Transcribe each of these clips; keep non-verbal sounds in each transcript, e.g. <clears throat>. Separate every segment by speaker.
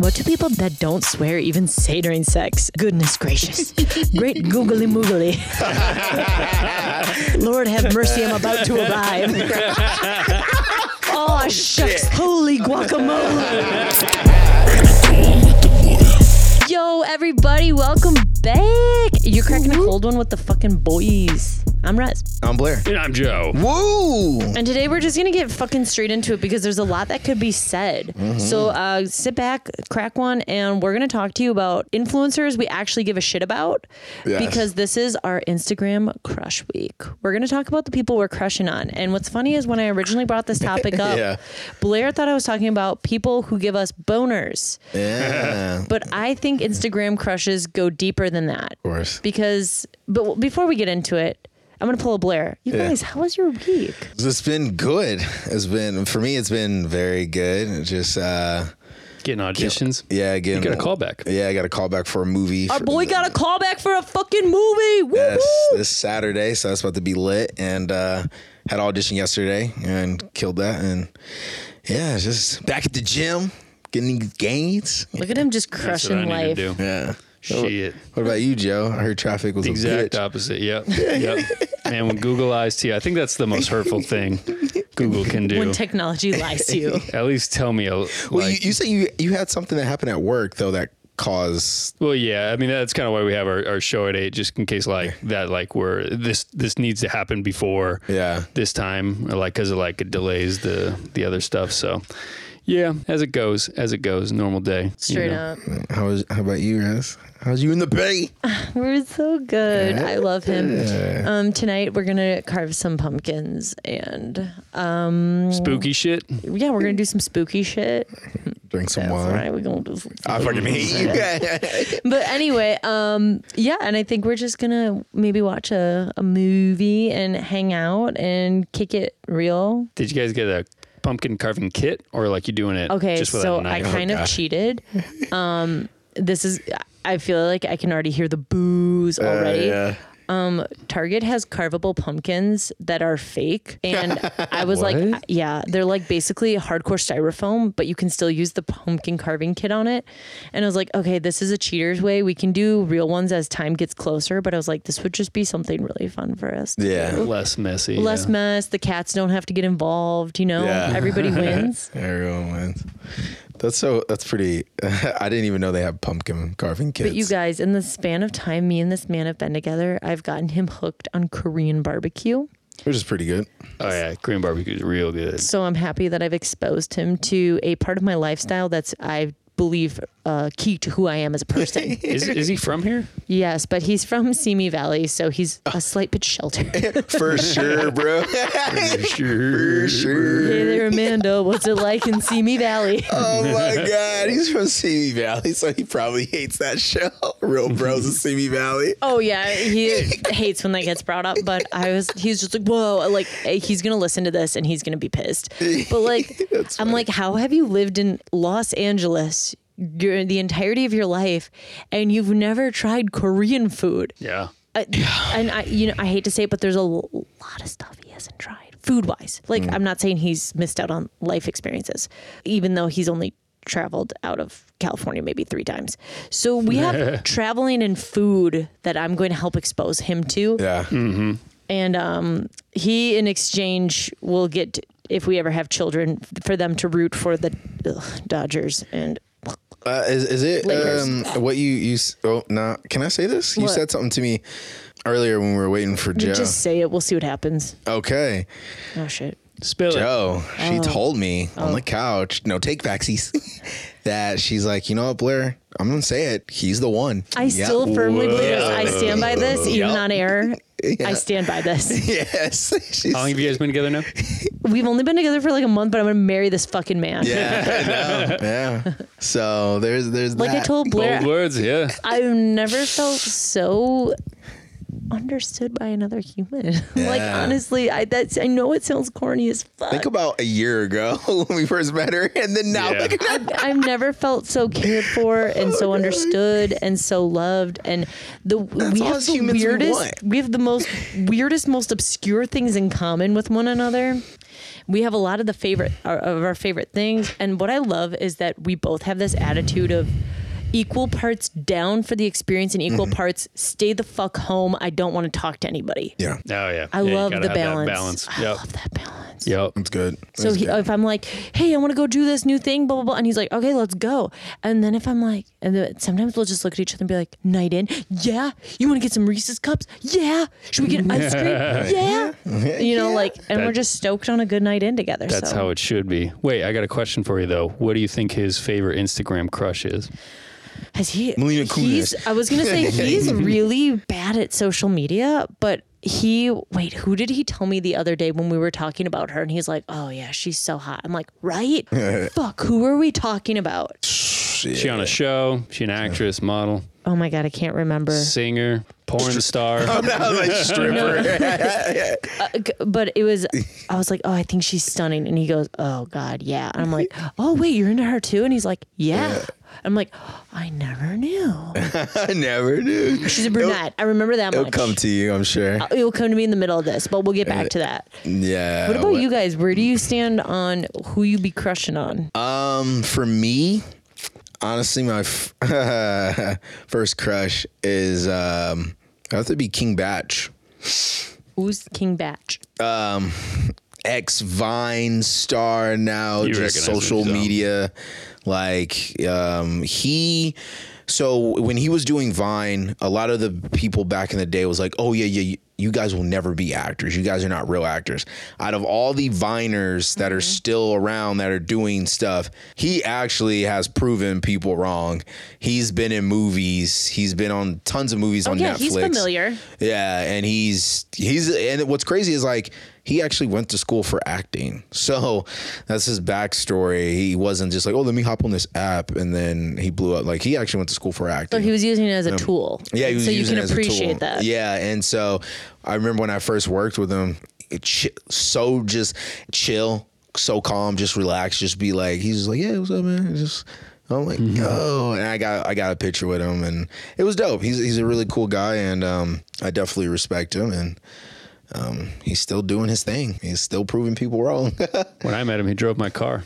Speaker 1: What do people that don't swear even say during sex? Goodness gracious. Great googly moogly. Lord have mercy, I'm about to arrive. oh, shucks. Holy guacamole. Yo, everybody, welcome back. You're cracking a cold one with the fucking boys. I'm Rez.
Speaker 2: <laughs> I'm Blair.
Speaker 3: And I'm Joe.
Speaker 2: Woo!
Speaker 1: And today we're just gonna get fucking straight into it because there's a lot that could be said.
Speaker 2: Mm-hmm.
Speaker 1: So uh, sit back, crack one, and we're gonna talk to you about influencers we actually give a shit about
Speaker 2: Yes.
Speaker 1: because this is our Instagram crush week. We're gonna talk about the people we're crushing on. And what's funny is when I originally brought this
Speaker 2: <laughs>
Speaker 1: topic up,
Speaker 2: Yeah.
Speaker 1: Blair thought I was talking about people who give us boners,
Speaker 2: Yeah, of
Speaker 1: but I think Instagram crushes go deeper than that
Speaker 2: course.
Speaker 1: because. But w- before we get into it. I'm gonna pull a Blair. You guys, how was your week?
Speaker 2: It's been good. It's been for me. It's been very good. It Just uh,
Speaker 3: Getting auditions.
Speaker 2: yeah, again,
Speaker 3: You got a callback.
Speaker 2: Yeah, I got a call back for a movie.
Speaker 1: Our
Speaker 2: for
Speaker 1: boy
Speaker 2: the-
Speaker 1: got a call back for a fucking movie. Woo
Speaker 2: yes,
Speaker 1: woo.
Speaker 2: this Saturday, so that's about to be lit. And uh, had audition yesterday and killed that. And yeah, it's just back at the gym, getting these gains.
Speaker 1: Look at him just
Speaker 3: That's what
Speaker 1: crushing
Speaker 3: I need
Speaker 1: life.
Speaker 3: to do.
Speaker 2: Yeah.
Speaker 3: Shit.
Speaker 2: What about you, Joe? I heard traffic was a
Speaker 3: Exact uh,
Speaker 2: bitch. <laughs>
Speaker 3: opposite. Yep. Yep. Man, when Google lies to you, I think that's the most
Speaker 2: <laughs>
Speaker 3: hurtful thing Google can do.
Speaker 1: When technology lies to
Speaker 3: <laughs>
Speaker 1: you.
Speaker 3: At least tell me a
Speaker 2: Well,
Speaker 3: like-
Speaker 2: you, you say you you had something that happened at work though that caused
Speaker 3: Well, yeah, I mean that's kind of why we have our, our show at eight, just in case like that, like we're this this needs to happen before
Speaker 2: Yeah.
Speaker 3: this time, or like because of like it delays the the other stuff. So yeah, as it goes, as it goes, normal day. you
Speaker 1: Straight
Speaker 3: know.
Speaker 1: up.
Speaker 2: How was? How about you, Raz? How's you in the bay?
Speaker 1: We're so good. I love him. Um, tonight we're gonna carve some pumpkins and um,
Speaker 3: spooky shit.
Speaker 1: yeah, we're gonna do some spooky shit.
Speaker 2: Drink some
Speaker 1: That's
Speaker 2: wine.
Speaker 1: right. We're gonna do some
Speaker 2: I fucking hate you.
Speaker 1: But anyway, um, yeah, and I think we're just gonna maybe watch a, a movie and hang out and kick it real.
Speaker 3: Did you guys get a pumpkin carving kit, or like you doing it?
Speaker 1: Okay,
Speaker 3: just with
Speaker 1: so
Speaker 3: a
Speaker 1: I
Speaker 3: knife?
Speaker 1: kind of
Speaker 3: <laughs>
Speaker 1: cheated. Um, this is. I feel like I can already hear the
Speaker 3: Uh,
Speaker 1: boos already.
Speaker 2: yeah.
Speaker 1: Target has carvable pumpkins that are fake, and I was like,
Speaker 3: <laughs> What?
Speaker 1: yeah, they're like basically hardcore styrofoam, but you can still use the pumpkin carving kit on it. And I was like, okay, this is a cheater's way. We can do real ones as time gets closer, but I was like, this would just be something really fun for us. to
Speaker 2: Yeah.
Speaker 3: less messy.
Speaker 1: Less
Speaker 3: yeah.
Speaker 1: mess. The cats don't have to get involved. You know,
Speaker 2: Yeah.
Speaker 3: <laughs>
Speaker 1: everybody wins.
Speaker 2: Everyone wins. That's so. That's pretty. <laughs> I didn't even know they have pumpkin carving kits.
Speaker 1: But you guys, in the span of time me and this man have been together, I've gotten him hooked on Korean barbecue.
Speaker 2: which is pretty
Speaker 1: <laughs>
Speaker 2: good.
Speaker 3: Oh yeah, Korean barbecue is real <laughs> good.
Speaker 1: So I'm happy that I've exposed him to a part of my lifestyle that's I believe uh, key to who I am as a person.
Speaker 3: Is, is he from here?
Speaker 1: yes, but he's from Simi Valley, so he's a slight bit sheltered. hey
Speaker 2: For sure,
Speaker 1: <laughs>
Speaker 2: bro.
Speaker 3: sure.
Speaker 2: For sure.
Speaker 1: there, Amanda. What's it like in Simi Valley?
Speaker 2: Oh my God, he's from Simi Valley, so he probably hates that show. <laughs> Real bros of Simi Valley.
Speaker 1: Oh yeah, he hates when that gets brought up. But I was—he's just like, whoa, like he's gonna listen to this and he's gonna be pissed. But like, I'm like, how have you lived in Los Angeles during the entirety of your life, and you've never tried Korean food?
Speaker 3: Yeah.
Speaker 1: Uh, and I, you know, I hate to say it, but there's a l- lot of stuff he hasn't tried food-wise. Like, I'm not saying he's missed out on life experiences, even though he's only traveled out of California maybe three times. So we have traveling and food that I'm going to help expose him to,
Speaker 2: Yeah.
Speaker 1: and um, he in exchange will get if we ever have children for them to root for the ugh, Dodgers and.
Speaker 2: Uh, is, is it
Speaker 1: Lakers.
Speaker 2: um, what you you? s- Oh, no. Can I say this? You
Speaker 1: What?
Speaker 2: said something to me earlier when we were waiting for Joe.
Speaker 1: Just say it. We'll see what happens.
Speaker 2: okay.
Speaker 1: Oh shit!
Speaker 3: Spill it.
Speaker 1: Oh.
Speaker 2: Joe, she told me on the couch, no take backsies, <laughs> that she's like, you know what, Blair, I'm gonna say it. He's the one.
Speaker 1: I
Speaker 2: Yeah. <laughs>
Speaker 1: still firmly believe this.
Speaker 3: Whoa.
Speaker 1: I stand by this, even
Speaker 2: Yep.
Speaker 1: on
Speaker 2: <laughs>
Speaker 1: air. I stand by this.
Speaker 2: Yes. <laughs> She's,
Speaker 3: How long have you guys been together now?
Speaker 1: We've only been together for like a month, but I'm gonna marry this fucking man.
Speaker 2: yeah, I know. yeah. So there's there's
Speaker 1: Like
Speaker 2: that.
Speaker 1: I told Blair,
Speaker 3: <laughs> Bold words, yeah.
Speaker 1: I've never felt so understood by another human. <laughs> like
Speaker 2: Yeah.
Speaker 1: honestly, I that's I know it sounds corny as fuck.
Speaker 2: Think about a year ago <laughs> when we first met her, and then now <laughs>
Speaker 3: Yeah.
Speaker 2: look at
Speaker 1: <laughs>
Speaker 2: her.
Speaker 1: I've never felt so cared for and
Speaker 2: Oh,
Speaker 1: so understood and so loved and the we
Speaker 2: all
Speaker 1: have
Speaker 2: as
Speaker 1: the
Speaker 2: humans we
Speaker 1: weirdest
Speaker 2: want.
Speaker 1: we have the most weirdest most obscure things in common with one another we have a lot of the favorite of our favorite things. And what I love is that we both have this attitude of equal parts down for the experience and
Speaker 2: Mm-hmm.
Speaker 1: equal parts stay the fuck home. I don't want to talk to anybody.
Speaker 2: Yeah,
Speaker 3: Oh yeah,
Speaker 1: I
Speaker 3: Yeah, you
Speaker 1: love the
Speaker 3: gotta have that
Speaker 1: balance.
Speaker 3: balance.
Speaker 1: I
Speaker 3: Yep.
Speaker 1: love that balance.
Speaker 3: Yep.
Speaker 2: it's good.
Speaker 1: So
Speaker 2: It's
Speaker 1: he, uh,
Speaker 2: good.
Speaker 1: if I'm like, hey, I want to go do this new thing, blah blah blah, and he's like, okay, let's go. And then if I'm like, and then sometimes we'll just look at each other and be like, night in, yeah. You want to get some Reese's cups? Yeah. Should we get ice cream? Yeah. You know, like, and we're
Speaker 3: That-
Speaker 1: just stoked on a good night in together.
Speaker 3: That's
Speaker 1: so.
Speaker 3: how it should be. Wait, I got a question for you though. What do you think his favorite Instagram crush is?
Speaker 1: Has he?
Speaker 2: Melina
Speaker 1: he's,
Speaker 2: Kunis.
Speaker 1: I was gonna say he's really bad at social media, but he wait, who did he tell me the other day when we were talking about her? And he's like, "Oh yeah, she's so hot." I'm like, "Right? Fuck, who are we talking about?"
Speaker 2: Shit.
Speaker 3: She on a show? She an actress, model,
Speaker 1: Oh my god, I can't remember.
Speaker 3: singer, porn <laughs> star?
Speaker 2: <laughs> I'm like stripper. <laughs>
Speaker 1: Uh, G- But it was, I was like, "Oh, I think she's stunning," and he goes, "Oh god, yeah." And I'm like, "Oh wait, you're into her too?" And he's like, "Yeah." I'm like, "I never knew."
Speaker 2: I never do.
Speaker 1: She's
Speaker 2: <laughs>
Speaker 1: a brunette. I remember that
Speaker 2: It'll
Speaker 1: much.
Speaker 2: come Uh, to you, I'm sure.
Speaker 1: it will come to me in the middle of this, but we'll get back to that.
Speaker 2: Yeah.
Speaker 1: What about you guys? Where do you stand on who you be crushing on?
Speaker 2: Um, for me, honestly, my f- <laughs> first crush is um, I have to be King Batch,
Speaker 1: Who's King Batch?
Speaker 2: ex Vine star now,
Speaker 3: You
Speaker 2: just
Speaker 3: recognize
Speaker 2: social
Speaker 3: him, so.
Speaker 2: media. Like um, he. So when he was doing Vine, a lot of the people back in the day was like, "Oh yeah, yeah, you- you guys will never be actors. You guys are not real actors." Out of all the Viners that
Speaker 1: Mm-hmm.
Speaker 2: are still around that are doing stuff, he actually has proven people wrong. He's been in movies. He's been on tons of movies on
Speaker 1: Oh, yeah,
Speaker 2: Netflix.
Speaker 1: he's familiar.
Speaker 2: Yeah, and he's he's and what's crazy is like he actually went to school for acting. So that's his backstory. He wasn't just like, oh, let me hop on this app and then he blew up. Like he actually went to school for acting.
Speaker 1: So he was using it as a tool.
Speaker 2: Um, yeah, he was
Speaker 1: so
Speaker 2: using
Speaker 1: you
Speaker 2: it
Speaker 1: can
Speaker 2: as a
Speaker 1: appreciate
Speaker 2: tool.
Speaker 1: that.
Speaker 2: Yeah, and so I remember when I first worked with him, it chi- so just chill, so calm, just relaxed, just be like, he's just like, yeah, what's up, man? It's Just I'm like, oh, and I got I got a picture with him, and it was dope. He's he's a really cool guy, and um, I definitely respect him, and um, he's still doing his thing. He's still proving people wrong. <laughs>
Speaker 3: when I met him, he drove my car.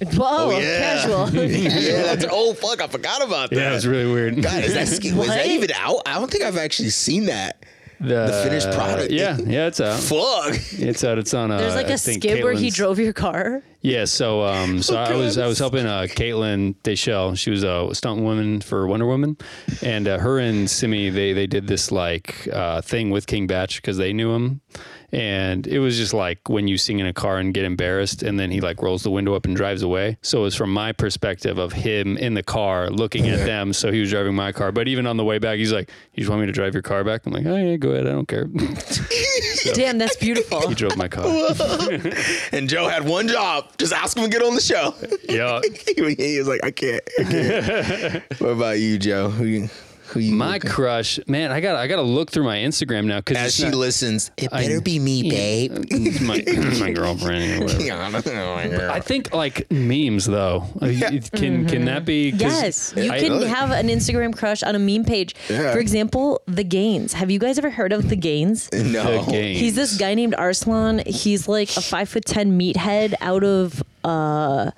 Speaker 1: Whoa,
Speaker 2: Oh, yeah. <laughs>
Speaker 1: casual.
Speaker 2: yeah, that's oh fuck, I forgot about that.
Speaker 3: <laughs> Yeah, it was really weird.
Speaker 2: God, is that, is
Speaker 1: What?
Speaker 2: that even out? I don't think I've actually seen that. the finished product.
Speaker 3: Uh, Yeah,
Speaker 2: <laughs>
Speaker 3: yeah, it's out.
Speaker 2: Fuck.
Speaker 3: It's out. It's on. Uh,
Speaker 1: There's like
Speaker 3: I
Speaker 1: a
Speaker 3: think
Speaker 1: skit where he
Speaker 3: Caitlin's-
Speaker 1: drove your car.
Speaker 3: Yeah, so um, so I was
Speaker 2: God.
Speaker 3: I was helping uh, Caitlin Deschelle. She was a stunt woman for Wonder Woman, and uh, her and Simi they they did this like uh, thing with King Batch because they knew him, and it was just like when you sing in a car and get embarrassed, and then he like rolls the window up and drives away. So it was from my perspective of him in the car looking at them. So he was driving my car, but even on the way back, he's like, "You just want me to drive your car back?" I'm like, "Oh yeah, go ahead, I don't care." <laughs>
Speaker 1: Damn, that's beautiful.
Speaker 3: he drove my car.
Speaker 2: And Joe had one job: just ask him to get on the show.
Speaker 3: yeah.
Speaker 2: <laughs> he was like, "I can't." I
Speaker 3: <laughs>
Speaker 2: can't. what about you, Joe? Who you? Who you?
Speaker 3: My crush, man, I got I got to look through my Instagram now because
Speaker 2: as she listens, it better be me,
Speaker 3: <laughs>
Speaker 2: babe.
Speaker 3: my, my <clears throat> girlfriend. Or whatever. I
Speaker 2: I,
Speaker 3: think like memes though. Uh, it- Can can that be? 'cause
Speaker 1: Yes, you
Speaker 3: I-
Speaker 1: can
Speaker 2: really?
Speaker 1: have an Instagram crush on a meme page.
Speaker 2: Yeah.
Speaker 1: For example, the Gaines. Have you guys ever heard of the Gaines?
Speaker 2: no.
Speaker 3: The game.
Speaker 1: He's this guy named Arslan. He's like a five foot ten meathead out of uh,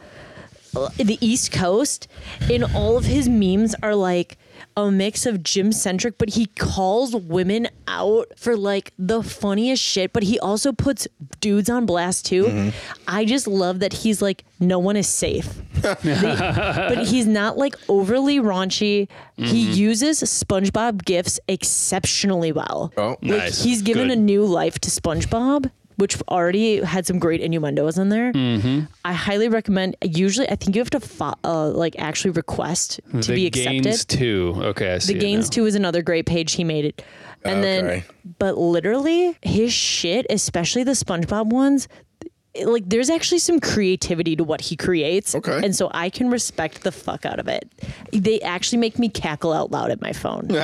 Speaker 1: the East Coast, and all of his memes are like a mix of gym centric, but he calls women out for like the funniest shit. But he also puts dudes on blast too.
Speaker 3: Mm-hmm.
Speaker 1: I just love that he's like no one is safe but he's not like overly raunchy.
Speaker 3: Mm-hmm.
Speaker 1: He uses SpongeBob gifts exceptionally well.
Speaker 2: Oh.
Speaker 1: like,
Speaker 3: Nice.
Speaker 1: He's given
Speaker 3: Good.
Speaker 1: a new life to SpongeBob, which already had some great innuendos in there.
Speaker 3: Mm-hmm.
Speaker 1: I highly recommend. Usually, I think you have to fo- uh, like actually request to
Speaker 3: the
Speaker 1: be accepted.
Speaker 3: gains too. Okay, I see
Speaker 1: The
Speaker 3: it
Speaker 1: Gains
Speaker 3: now.
Speaker 1: too is another great page he made it. And
Speaker 2: Okay.
Speaker 1: then but literally his shit, especially the SpongeBob ones, it- like there's actually some creativity to what he creates.
Speaker 2: Okay.
Speaker 1: And so I can respect the fuck out of it. They actually make me cackle out loud at my phone.
Speaker 3: <laughs>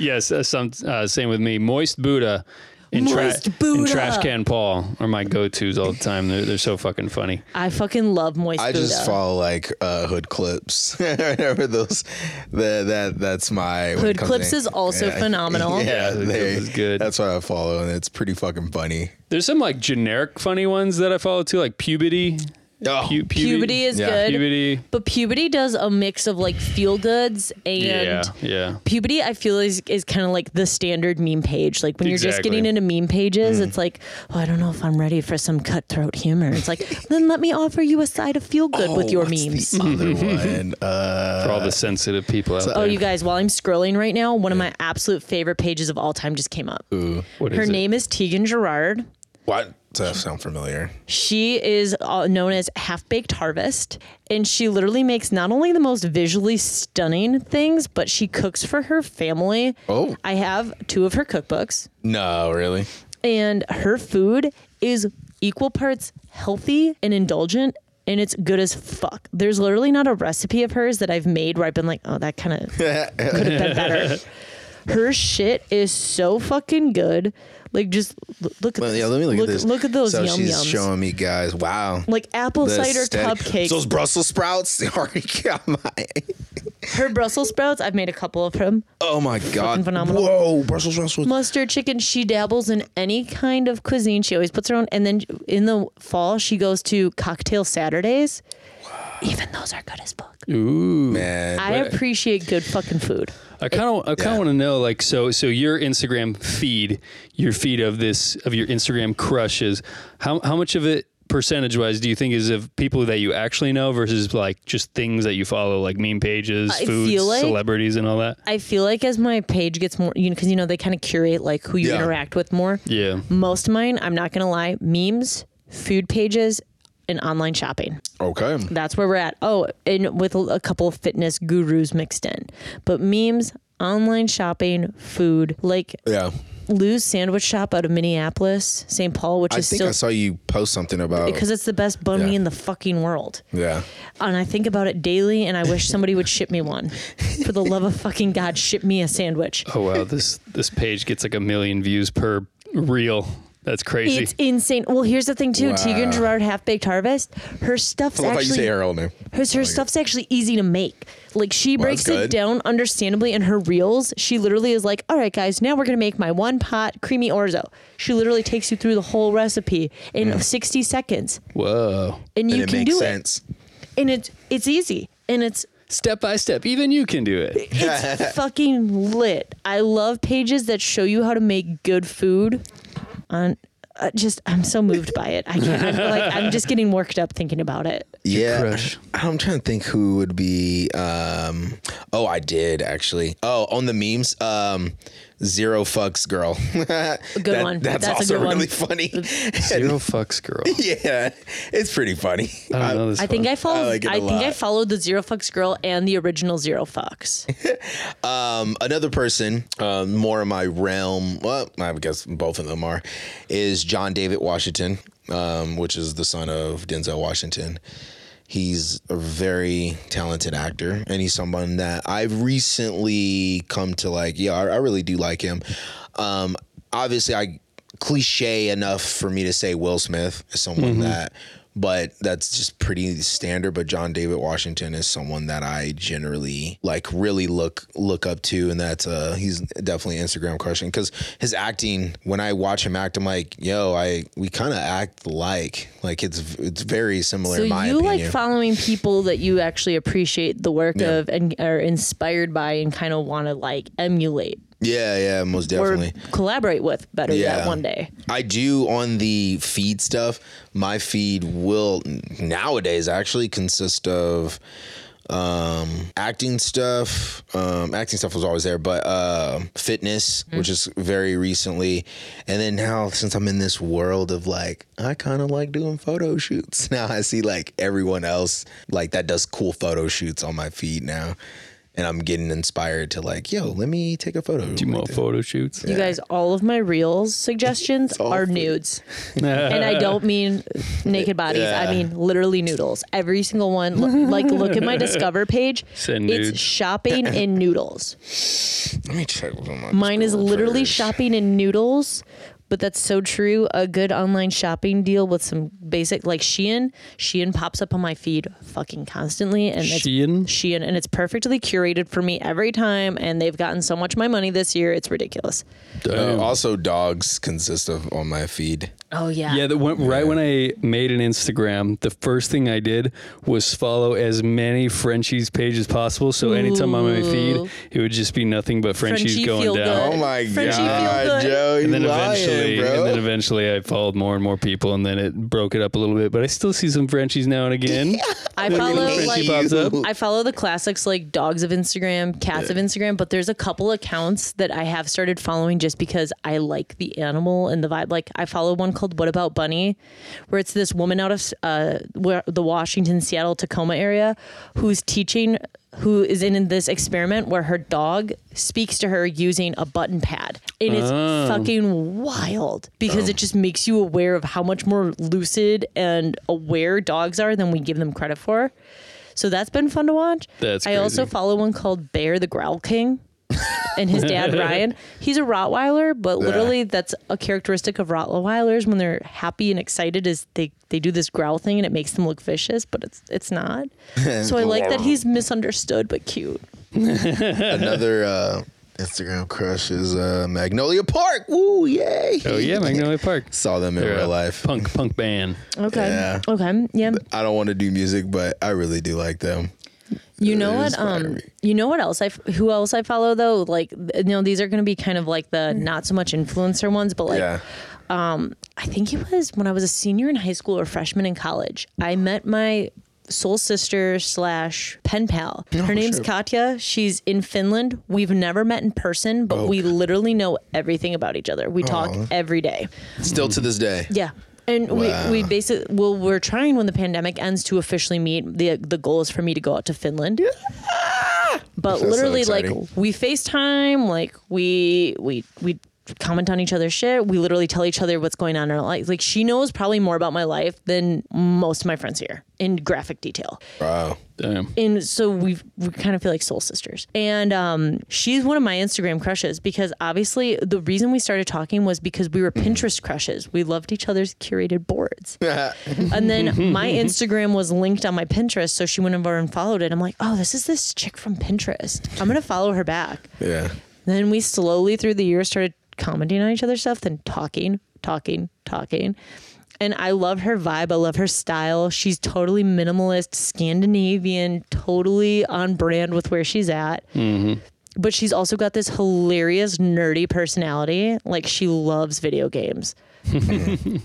Speaker 3: Yes, uh, some uh, same with me. Moist Buddha and, tra-
Speaker 1: Moist
Speaker 3: and
Speaker 1: Buddha.
Speaker 3: Trash Can Paul are my go tos all the time. They're, they're so fucking funny.
Speaker 1: I fucking love Moist
Speaker 2: <laughs> I
Speaker 1: Buddha.
Speaker 2: just follow like uh, hood clips. <laughs> Remember those? The, that that's my when it
Speaker 1: Hood
Speaker 2: comes
Speaker 1: Clips
Speaker 2: in-
Speaker 1: is also phenomenal.
Speaker 2: <laughs> Yeah,
Speaker 3: Yeah, Hood
Speaker 2: they-
Speaker 3: Clips is good.
Speaker 2: That's what I follow, and it's pretty fucking funny.
Speaker 3: There's some like generic funny ones that I follow too, like puberty.
Speaker 2: Oh,
Speaker 3: Pu-
Speaker 1: Puberty is
Speaker 2: Yeah.
Speaker 1: good.
Speaker 3: Puberty.
Speaker 1: But puberty does a mix of like feel goods and
Speaker 3: Yeah, yeah.
Speaker 1: puberty I feel is is kind of like the standard meme page. Like when you're just
Speaker 3: Exactly. Mm.
Speaker 1: getting into meme pages, it's like, oh, I don't know if I'm ready for some cutthroat humor. It's like, <laughs> then let me offer you a side of feel good with
Speaker 2: Oh,
Speaker 1: your
Speaker 2: what's the
Speaker 1: memes.
Speaker 3: <laughs>
Speaker 2: other one? Uh,
Speaker 3: For all the sensitive people out
Speaker 1: Oh,
Speaker 3: there.
Speaker 1: you guys, while I'm scrolling right now, one of my absolute favorite pages of all time just came up.
Speaker 3: What
Speaker 1: Her
Speaker 3: is it?
Speaker 1: name is Tegan Gerard.
Speaker 2: what? Does that sound familiar?
Speaker 1: She is uh, known as Half Baked Harvest, and she literally makes not only the most visually stunning things, but she cooks for her family.
Speaker 2: Oh.
Speaker 1: I have two of her cookbooks,
Speaker 2: No, really.
Speaker 1: and her food is equal parts healthy and indulgent. And it's good as fuck. There's literally not a recipe of hers that I've made where I've been like, oh, that
Speaker 2: <laughs>
Speaker 1: kind of could have been better. Her shit is so fucking good. Like, just l- look at
Speaker 2: Well,
Speaker 1: this.
Speaker 2: yeah, let me look, at this.
Speaker 1: Look at those
Speaker 2: So
Speaker 1: yum
Speaker 2: she's
Speaker 1: yums.
Speaker 2: showing me guys. Wow.
Speaker 1: like apple
Speaker 2: The
Speaker 1: cider
Speaker 2: steady-
Speaker 1: cupcakes.
Speaker 2: Those Brussels sprouts. <laughs> They already got my.
Speaker 1: Her Brussels sprouts, I've made a couple of them.
Speaker 2: Oh my god.
Speaker 1: phenomenal.
Speaker 2: Whoa, Brussels sprouts. with-
Speaker 1: Mustard chicken, she dabbles in any kind of cuisine. She always puts her own. And then in the fall, she goes to cocktail Saturdays. Even those are good as fuck.
Speaker 3: Ooh.
Speaker 2: Man.
Speaker 1: I appreciate good fucking food.
Speaker 3: I kind of I kind of
Speaker 2: Yeah.
Speaker 3: want to know like so so your Instagram feed your feed of this of your Instagram crushes how how much of it percentage wise do you think is of people that you actually know versus like just things that you follow like meme pages
Speaker 1: I
Speaker 3: foods
Speaker 1: feel like-
Speaker 3: celebrities and all that
Speaker 1: I feel like as my page gets more, you know, because you know they kind of curate like who you
Speaker 2: Yeah.
Speaker 1: interact with more.
Speaker 3: yeah
Speaker 1: Most of mine, I'm not gonna lie, memes, food pages, and online shopping.
Speaker 2: Okay.
Speaker 1: That's where we're at. Oh, and with a- a couple of fitness gurus mixed in. But memes, online shopping, food, like
Speaker 2: Yeah.
Speaker 1: Lou's Sandwich Shop out of Minneapolis, St. Paul, which
Speaker 2: I
Speaker 1: is
Speaker 2: think
Speaker 1: still
Speaker 2: I saw you post something about.
Speaker 1: because it's the best bun
Speaker 2: Yeah.
Speaker 1: in the fucking world.
Speaker 2: yeah.
Speaker 1: And I think about it daily, and I wish somebody would ship me one. For the love of fucking God, ship me a sandwich.
Speaker 3: oh wow this this page gets like a million views per reel that's crazy
Speaker 1: It's insane. Well, here's the thing too.
Speaker 2: Wow.
Speaker 1: Tegan Gerard Half Baked Harvest, her stuff's
Speaker 2: I love how you say
Speaker 1: actually
Speaker 2: her old name.
Speaker 1: her, her stuff's actually easy to make. Like she breaks
Speaker 2: that's
Speaker 1: it
Speaker 2: good.
Speaker 1: down understandably in her reels. She literally is like, "All right, guys, now we're gonna make my one pot creamy orzo." She literally takes you through the whole recipe in 60 seconds,
Speaker 3: whoa
Speaker 1: and you
Speaker 2: and it
Speaker 1: can
Speaker 2: makes
Speaker 1: do
Speaker 2: sense.
Speaker 1: it. And it's it's easy, and it's
Speaker 3: step by step even you can do
Speaker 1: <laughs>
Speaker 3: it
Speaker 2: <laughs>
Speaker 1: it's fucking lit. I love pages that show you how to make good food. On uh, just, I'm so moved by it. I can't. I'm,
Speaker 2: <laughs>
Speaker 1: like, I'm just getting worked up thinking about it.
Speaker 2: Yeah.
Speaker 3: crush.
Speaker 2: I'm trying to think who would be. Um, oh, I did actually. Oh, on the memes. Um, zero fucks girl. <laughs> good
Speaker 1: Good one.
Speaker 2: That's,
Speaker 1: That's a
Speaker 2: also
Speaker 1: good one.
Speaker 2: really funny. <laughs>
Speaker 3: zero fucks girl
Speaker 2: yeah, it's pretty funny.
Speaker 3: I don't know this
Speaker 1: I think
Speaker 3: one.
Speaker 1: I followed. I,
Speaker 2: I like it a
Speaker 1: think I
Speaker 2: lot.
Speaker 1: followed the Zero Fucks girl and the original Zero Fucks.
Speaker 2: Um, another person, uh, more in my realm, well, I guess both of them are, is John David Washington, um, which is the son of Denzel Washington. He's a very talented actor, and he's someone that I've recently come to like. Yeah, I, I really do like him. Um, obviously, I cliche enough for me to say Will Smith is someone
Speaker 1: Mm-hmm.
Speaker 2: that, but that's just pretty standard. But John David Washington is someone that I generally like, really look look up to, and that's uh, he's definitely Instagram crushing because his acting. When I watch him act, I'm like, yo, I we kind of act like like it's it's very similar.
Speaker 1: So
Speaker 2: in
Speaker 1: you
Speaker 2: my
Speaker 1: like
Speaker 2: opinion.
Speaker 1: following people that you actually appreciate the work
Speaker 2: Yeah.
Speaker 1: of and are inspired by and kind of want to like emulate
Speaker 2: yeah, yeah, most definitely.
Speaker 1: or collaborate with better
Speaker 2: Yeah.
Speaker 1: yet one day.
Speaker 2: I do on the feed stuff. My feed will nowadays actually consist of um acting stuff um acting stuff was always there but um fitness
Speaker 1: Mm-hmm.
Speaker 2: which is very recently and then now since i'm in this world of like i kind of like doing photo shoots <laughs> now i see like everyone else like that does cool photo shoots on my feed now and i'm getting inspired to like yo let me take a photo
Speaker 3: do more photo shoots
Speaker 1: You guys, all of my reels suggestions are nudes. and I don't mean naked bodies. I mean literally noodles. Every single one. L- like, look at my Discover page.
Speaker 3: Send
Speaker 1: it's
Speaker 3: nudes.
Speaker 1: shopping and noodles.
Speaker 2: let me check what's on my
Speaker 1: Mine is
Speaker 2: Discord
Speaker 1: literally
Speaker 2: first.
Speaker 1: shopping and noodles but that's so true. A good online shopping deal with some basic like Shein. Shein pops up on my feed fucking constantly, and it's
Speaker 3: Shein?
Speaker 1: Shein, and it's perfectly curated for me every time. And they've gotten so much of my money this year; it's ridiculous.
Speaker 2: Uh, also, dogs consist of on my feed.
Speaker 1: Oh yeah,
Speaker 3: Yeah, that went, right when I made an Instagram, the first thing I did was follow as many Frenchies page as possible. So anytime I'm on my
Speaker 1: Ooh.
Speaker 3: feed, it would just be nothing but Frenchies
Speaker 1: Frenchie
Speaker 3: going
Speaker 1: feel
Speaker 3: down.
Speaker 1: good.
Speaker 2: Oh my
Speaker 1: Frenchie, feel
Speaker 2: god,
Speaker 1: good.
Speaker 2: Joe, Oh, you
Speaker 3: And then
Speaker 2: lying,
Speaker 3: eventually,
Speaker 2: bro.
Speaker 3: and then eventually, I followed more and more people, and then it broke it up a little bit. But I still see some Frenchies now and again. <laughs>
Speaker 1: I
Speaker 3: Then
Speaker 1: follow
Speaker 3: Frenchie
Speaker 1: like
Speaker 3: pops up.
Speaker 1: I follow the classics like dogs of Instagram, cats of Instagram, but there's a couple accounts that I have started following just because I like the animal and the vibe. Like I follow one called What About Bunny, where it's this woman out of uh, where, the Washington, Seattle, Tacoma area who's teaching, who is in this experiment where her dog speaks to her using a button pad. It is fucking wild because it just makes you aware of how much more lucid and aware dogs are than we give them credit for. So that's been fun to watch.
Speaker 3: That's
Speaker 1: I also
Speaker 3: crazy.
Speaker 1: follow one called Bear the Growl King and his
Speaker 3: <laughs>
Speaker 1: dad Ryan. He's a Rottweiler, but literally that's a characteristic of Rottweilers when they're happy and excited is they they do this growl thing and it makes them look vicious, but it's it's
Speaker 2: <laughs>
Speaker 1: not. So I like that he's misunderstood but cute.
Speaker 2: <laughs> Another uh, Instagram crush is uh, Magnolia Park. Woo, yay!
Speaker 3: oh yeah,
Speaker 2: <laughs>
Speaker 3: Magnolia Park.
Speaker 2: Saw them in
Speaker 3: They're a
Speaker 2: real life.
Speaker 3: punk punk band.
Speaker 1: Okay.
Speaker 2: Yeah.
Speaker 1: Okay. Yeah.
Speaker 2: I don't want to do music, but I really do like them.
Speaker 1: You
Speaker 2: It
Speaker 1: know
Speaker 2: is
Speaker 1: what? Um,
Speaker 2: fiery.
Speaker 1: you know what else? I f- who else I follow though? Like, th- you know, these are going to be kind of like the
Speaker 2: Mm.
Speaker 1: not so much influencer ones, but like,
Speaker 2: yeah.
Speaker 1: I think it was when I was a senior in high school or freshman in college. I met my soul sister slash pen pal. Her name's
Speaker 2: shit.
Speaker 1: Katya. She's in Finland. We've never met in person, but we literally know everything about each other. We talk every day.
Speaker 2: Still to this day.
Speaker 1: Yeah. And we, we basically well we're trying when the pandemic ends to officially meet the the goal is for me to go out to Finland. But
Speaker 2: That sounds
Speaker 1: literally like
Speaker 2: exciting.
Speaker 1: we FaceTime, like we we we comment on each other's shit. We literally tell each other what's going on in our life. Like she knows probably more about my life than most of my friends here in graphic detail
Speaker 2: Wow. <laughs>
Speaker 3: Damn.
Speaker 1: and so we've, we kind of feel like soul sisters. And um, she's one of my Instagram crushes because obviously the reason we started talking was because we were Pinterest crushes. We loved each other's curated boards. and then my Instagram was linked on my Pinterest, so she went over and followed it. I'm like, oh, this is this chick from Pinterest. I'm gonna follow her back.
Speaker 2: Yeah.
Speaker 1: Then we slowly through the years started commenting on each other's stuff, then talking, talking, talking. And I love her vibe. I love her style. She's totally minimalist, Scandinavian, totally on brand with where she's at. But she's also got this hilarious, nerdy personality. Like, she loves video
Speaker 2: <laughs>
Speaker 1: games.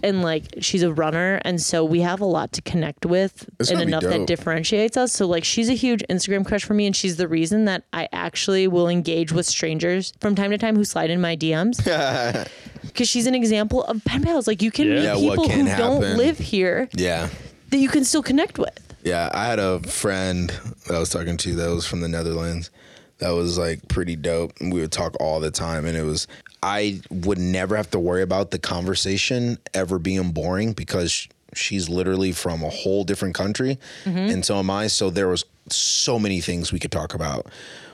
Speaker 1: and like she's a runner and so we have a lot to connect with
Speaker 2: That's
Speaker 1: and
Speaker 2: gotta be
Speaker 1: enough that
Speaker 2: dope.
Speaker 1: differentiates us so like she's a huge instagram crush for me and she's the reason that i actually will engage with strangers from time to time who slide in my
Speaker 2: <laughs>
Speaker 1: dms because she's an example of pen pals like you can
Speaker 3: Yeah.
Speaker 1: meet
Speaker 3: Yeah,
Speaker 2: what
Speaker 1: people
Speaker 2: can
Speaker 1: who
Speaker 2: happen.
Speaker 1: don't live here
Speaker 2: Yeah.
Speaker 1: that you can still connect with
Speaker 2: Yeah, I had a friend that I was talking to that was from the Netherlands. That was like pretty dope. And we would talk all the time, and it was I would never have to worry about the conversation ever being boring because sh- she's literally from a whole different country, and so am I. So there was so many things we could talk about.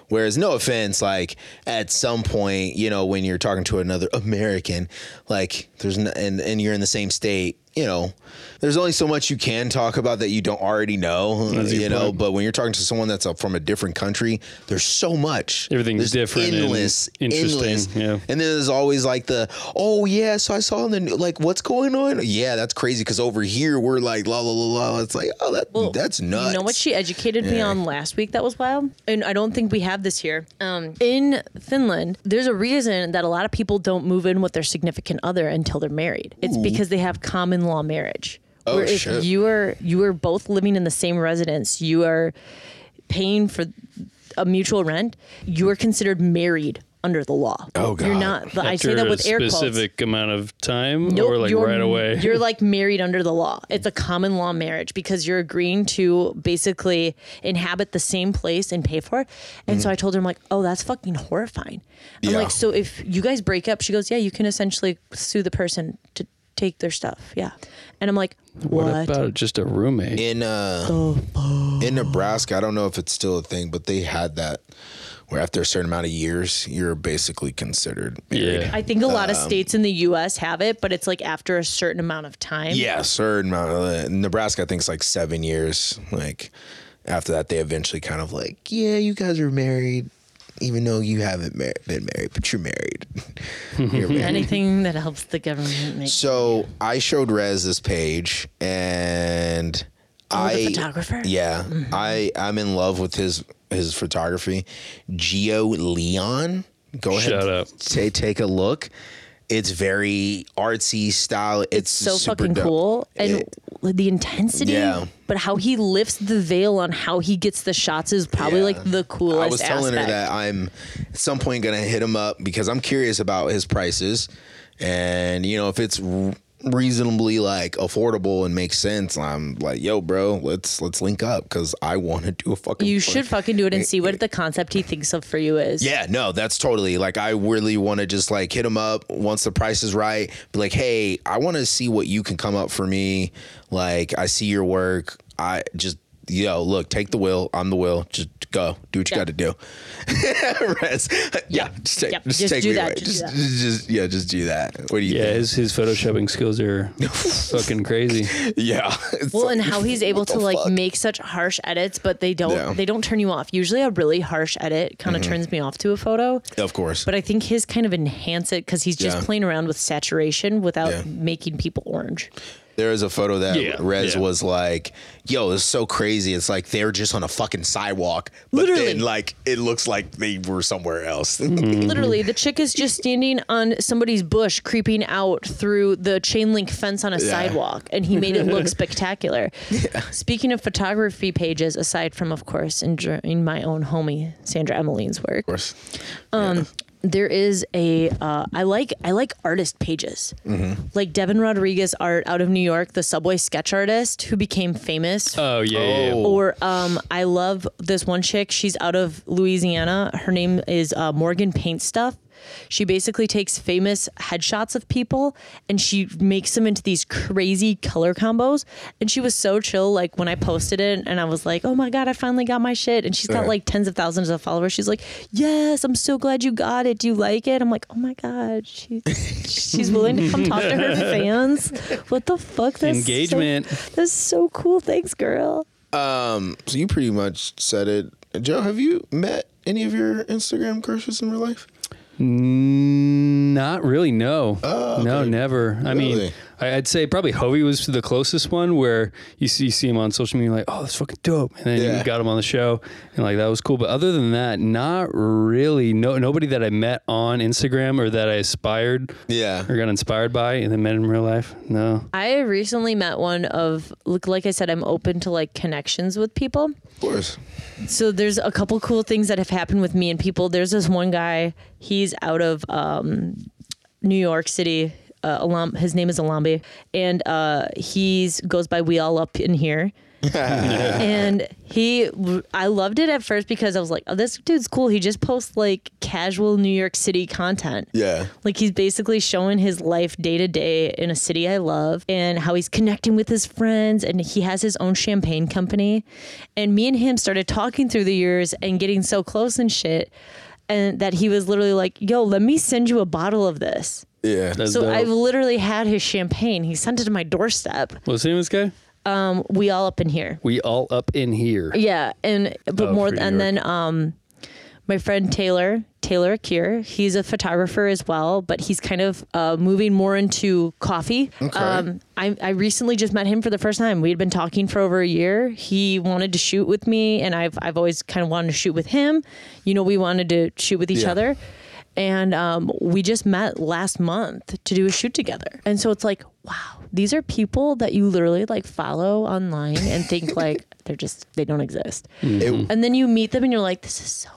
Speaker 2: Whereas, no offense, like at some point, you know, when you're talking to another <laughs> American, like there's n- and and you're in the same state, you know, there's only so much you can talk about that you don't already know, you know. But when you're talking to someone that's uh from a different country, there's so much.
Speaker 3: Everything's
Speaker 2: There's
Speaker 3: different and interesting,
Speaker 2: endless.
Speaker 3: yeah.
Speaker 2: And then there's always like the, oh yeah, so I saw in the new- like what's going on? Yeah, that's crazy because over here we're like la la la la. It's like oh that that's nuts.
Speaker 1: You know what she educated me on last week that was wild? And I don't think we have this here. Um, in Finland, there's a reason that a lot of people don't move in with their significant other until they're married. It's because they have common law marriage.
Speaker 2: Oh,
Speaker 1: where if
Speaker 2: shit.
Speaker 1: you are you are both living in the same residence, you are paying for a mutual rent, you are considered married under the law.
Speaker 2: Oh,
Speaker 1: You're
Speaker 2: God.
Speaker 1: not I
Speaker 3: After
Speaker 1: say that with
Speaker 3: a
Speaker 1: air quotes.
Speaker 3: specific amount of time,
Speaker 1: Nope,
Speaker 3: or like
Speaker 1: you're-
Speaker 3: right away.
Speaker 1: <laughs>
Speaker 3: Mm.
Speaker 1: You're like married under the law. It's a common law marriage because you're agreeing to basically inhabit the same place and pay for it. And
Speaker 3: Mm-hmm.
Speaker 1: so I told her, I'm like, oh, that's fucking horrifying. I'm
Speaker 2: Yeah.
Speaker 1: like, so if you guys break up, she goes, yeah, you can essentially sue the person to take their stuff. Yeah. And I'm like, what?
Speaker 3: What about just a roommate?
Speaker 2: in uh in Nebraska, I don't know if it's still a thing, but they had that where after a certain amount of years, you're basically considered married.
Speaker 3: yeah.
Speaker 1: I think a lot
Speaker 3: um,
Speaker 1: of states in the U.S. have it, but it's like after a certain amount of time.
Speaker 2: Yeah, certain amount. Of, uh, Nebraska, I think it's like seven years. Like after that, they eventually kind of like, yeah, you guys are married, even though you haven't mar- been married, but you're married. <laughs> you're married.
Speaker 1: Anything that helps the
Speaker 3: <laughs>
Speaker 1: government make
Speaker 2: So I showed Rez this page, and I
Speaker 1: Oh, the photographer? Mm-hmm.
Speaker 2: Yeah, I I'm in love with his his photography, Geo Leon. Go ahead,
Speaker 3: Shut up.
Speaker 2: Take take a look. It's very artsy style. It's,
Speaker 1: so
Speaker 2: super
Speaker 1: fucking
Speaker 2: dope.
Speaker 1: cool and
Speaker 2: It-
Speaker 1: the intensity
Speaker 2: Yeah.
Speaker 1: but how he lifts the veil on how he gets the shots is probably
Speaker 2: Yeah.
Speaker 1: like the coolest
Speaker 2: I was telling
Speaker 1: aspect.
Speaker 2: her that I'm at some point gonna hit him up because I'm curious about his prices, and you know if it's r- reasonably like affordable and makes sense, I'm like, yo, bro, let's let's link up because I want to do a fucking.
Speaker 1: you should fucking do it and see what the concept he thinks of for you is
Speaker 2: Yeah, no, that's totally like I really want to just like hit him up once the price is right. Be like, hey, I want to see what you can come up for me. Like, I see your work. I just yo, look, take the will. I'm the will. Just go do what you
Speaker 1: Yeah.
Speaker 2: got to do. <laughs> Rez. Yeah, just take,
Speaker 1: Yeah,
Speaker 2: just
Speaker 1: just
Speaker 2: take
Speaker 1: do
Speaker 2: me
Speaker 1: that,
Speaker 2: away.
Speaker 1: just
Speaker 2: Just,
Speaker 1: do
Speaker 2: just, just- yeah, just do that. What do you
Speaker 3: yeah,
Speaker 2: think? <laughs>
Speaker 3: his, his photoshopping skills are fucking crazy.
Speaker 2: Yeah. It's
Speaker 1: well
Speaker 2: like,
Speaker 1: and how he's able
Speaker 2: what
Speaker 1: to
Speaker 2: the
Speaker 1: like
Speaker 2: fuck?
Speaker 1: make such harsh edits but they don't
Speaker 2: Yeah. Mm-hmm.
Speaker 1: they don't turn you off usually a really harsh edit kind of turns me off to a photo
Speaker 2: Of course.
Speaker 1: but i think his kind of enhance it because he's just
Speaker 2: Yeah.
Speaker 1: playing around with saturation without
Speaker 2: Yeah.
Speaker 1: making people orange
Speaker 2: There is a photo that
Speaker 3: Yeah,
Speaker 2: Rez
Speaker 3: yeah.
Speaker 2: was like, "Yo, it's so crazy. It's like they're just on a fucking sidewalk, but
Speaker 1: Literally.
Speaker 2: then like it looks like they were somewhere else."
Speaker 3: Mm-hmm.
Speaker 2: <laughs>
Speaker 1: Literally, the chick is just standing on somebody's bush, creeping out through the chain link fence on a sidewalk, and he made it look spectacular. Speaking of photography pages, aside from, of course, enjoying my own homie Sandra Emmeline's work, there is a uh, I like I like artist pages, like Devin Rodriguez art out of New York, the subway sketch artist who became famous
Speaker 3: Oh yeah, yeah, yeah.
Speaker 1: or um, I love this one chick. She's out of Louisiana. Her name is uh, Morgan Paint Stuff. She basically takes famous headshots of people and she makes them into these crazy color combos. And she was so chill. Like when I posted it and I was like, oh my God, I finally got my shit. And she's got
Speaker 2: Yeah.
Speaker 1: like tens of thousands of followers. She's like, yes, I'm so glad you got it. Do you like it? I'm like, oh my God, she's, she's willing to come talk to
Speaker 3: <laughs>
Speaker 1: her fans. What the fuck? That's so-
Speaker 3: Engagement.
Speaker 1: that's so cool. Thanks, girl.
Speaker 2: So you pretty much said it, Joe. Have you met any of your Instagram crushes in real life?
Speaker 3: Not really. No. no, never. I
Speaker 2: Oh,
Speaker 3: mean,
Speaker 2: Really?
Speaker 3: I- I'd say probably Hovey was the closest one where you see you see him on social media like, oh, that's fucking dope, and then
Speaker 2: Yeah.
Speaker 3: you got him on the show, and like that was cool. But other than that, not really. No, nobody that I met on Instagram or that I aspired
Speaker 2: Yeah.
Speaker 3: or got inspired by, and then met in real life. No.
Speaker 1: I recently met one of look like I said I'm open to like connections with people.
Speaker 2: Of course.
Speaker 1: So there's a couple cool things that have happened with me and people. There's this one guy, he's out of um, New York City. Uh, Alam, his name is Alambi, and uh, he's goes by We All Up in Here. and he, I loved it at first because I was like, oh, this dude's cool. He just posts like casual New York City content.
Speaker 3: <laughs>
Speaker 2: Yeah.
Speaker 1: Like he's basically showing his life day to day in a city I love and how he's connecting with his friends and he has his own champagne company. And me and him started talking through the years and getting so close and shit. And that he was literally like, yo, let me send you a bottle of this.
Speaker 2: Yeah.
Speaker 3: That's
Speaker 1: So
Speaker 3: dope.
Speaker 1: I've literally had his champagne. He sent it to my doorstep.
Speaker 3: What's the name of this guy?
Speaker 1: We all up in here.
Speaker 3: We all up in here.
Speaker 1: Yeah, and but
Speaker 3: Oh,
Speaker 1: more
Speaker 3: for New
Speaker 1: and then um my friend Taylor, Taylor Kier, he's a photographer as well, but he's kind of uh, moving more into coffee. Um I I recently just met him for the first time. We had been talking for over a year. He wanted to shoot with me and I've I've always kind of wanted to shoot with him. You know, we wanted to shoot with each
Speaker 2: Yeah.
Speaker 1: other. And um, we just met last month to do a shoot together. And so it's like, wow, these are people that you literally like follow online and think like they're just, they don't exist. And then you meet them and you're like, this is so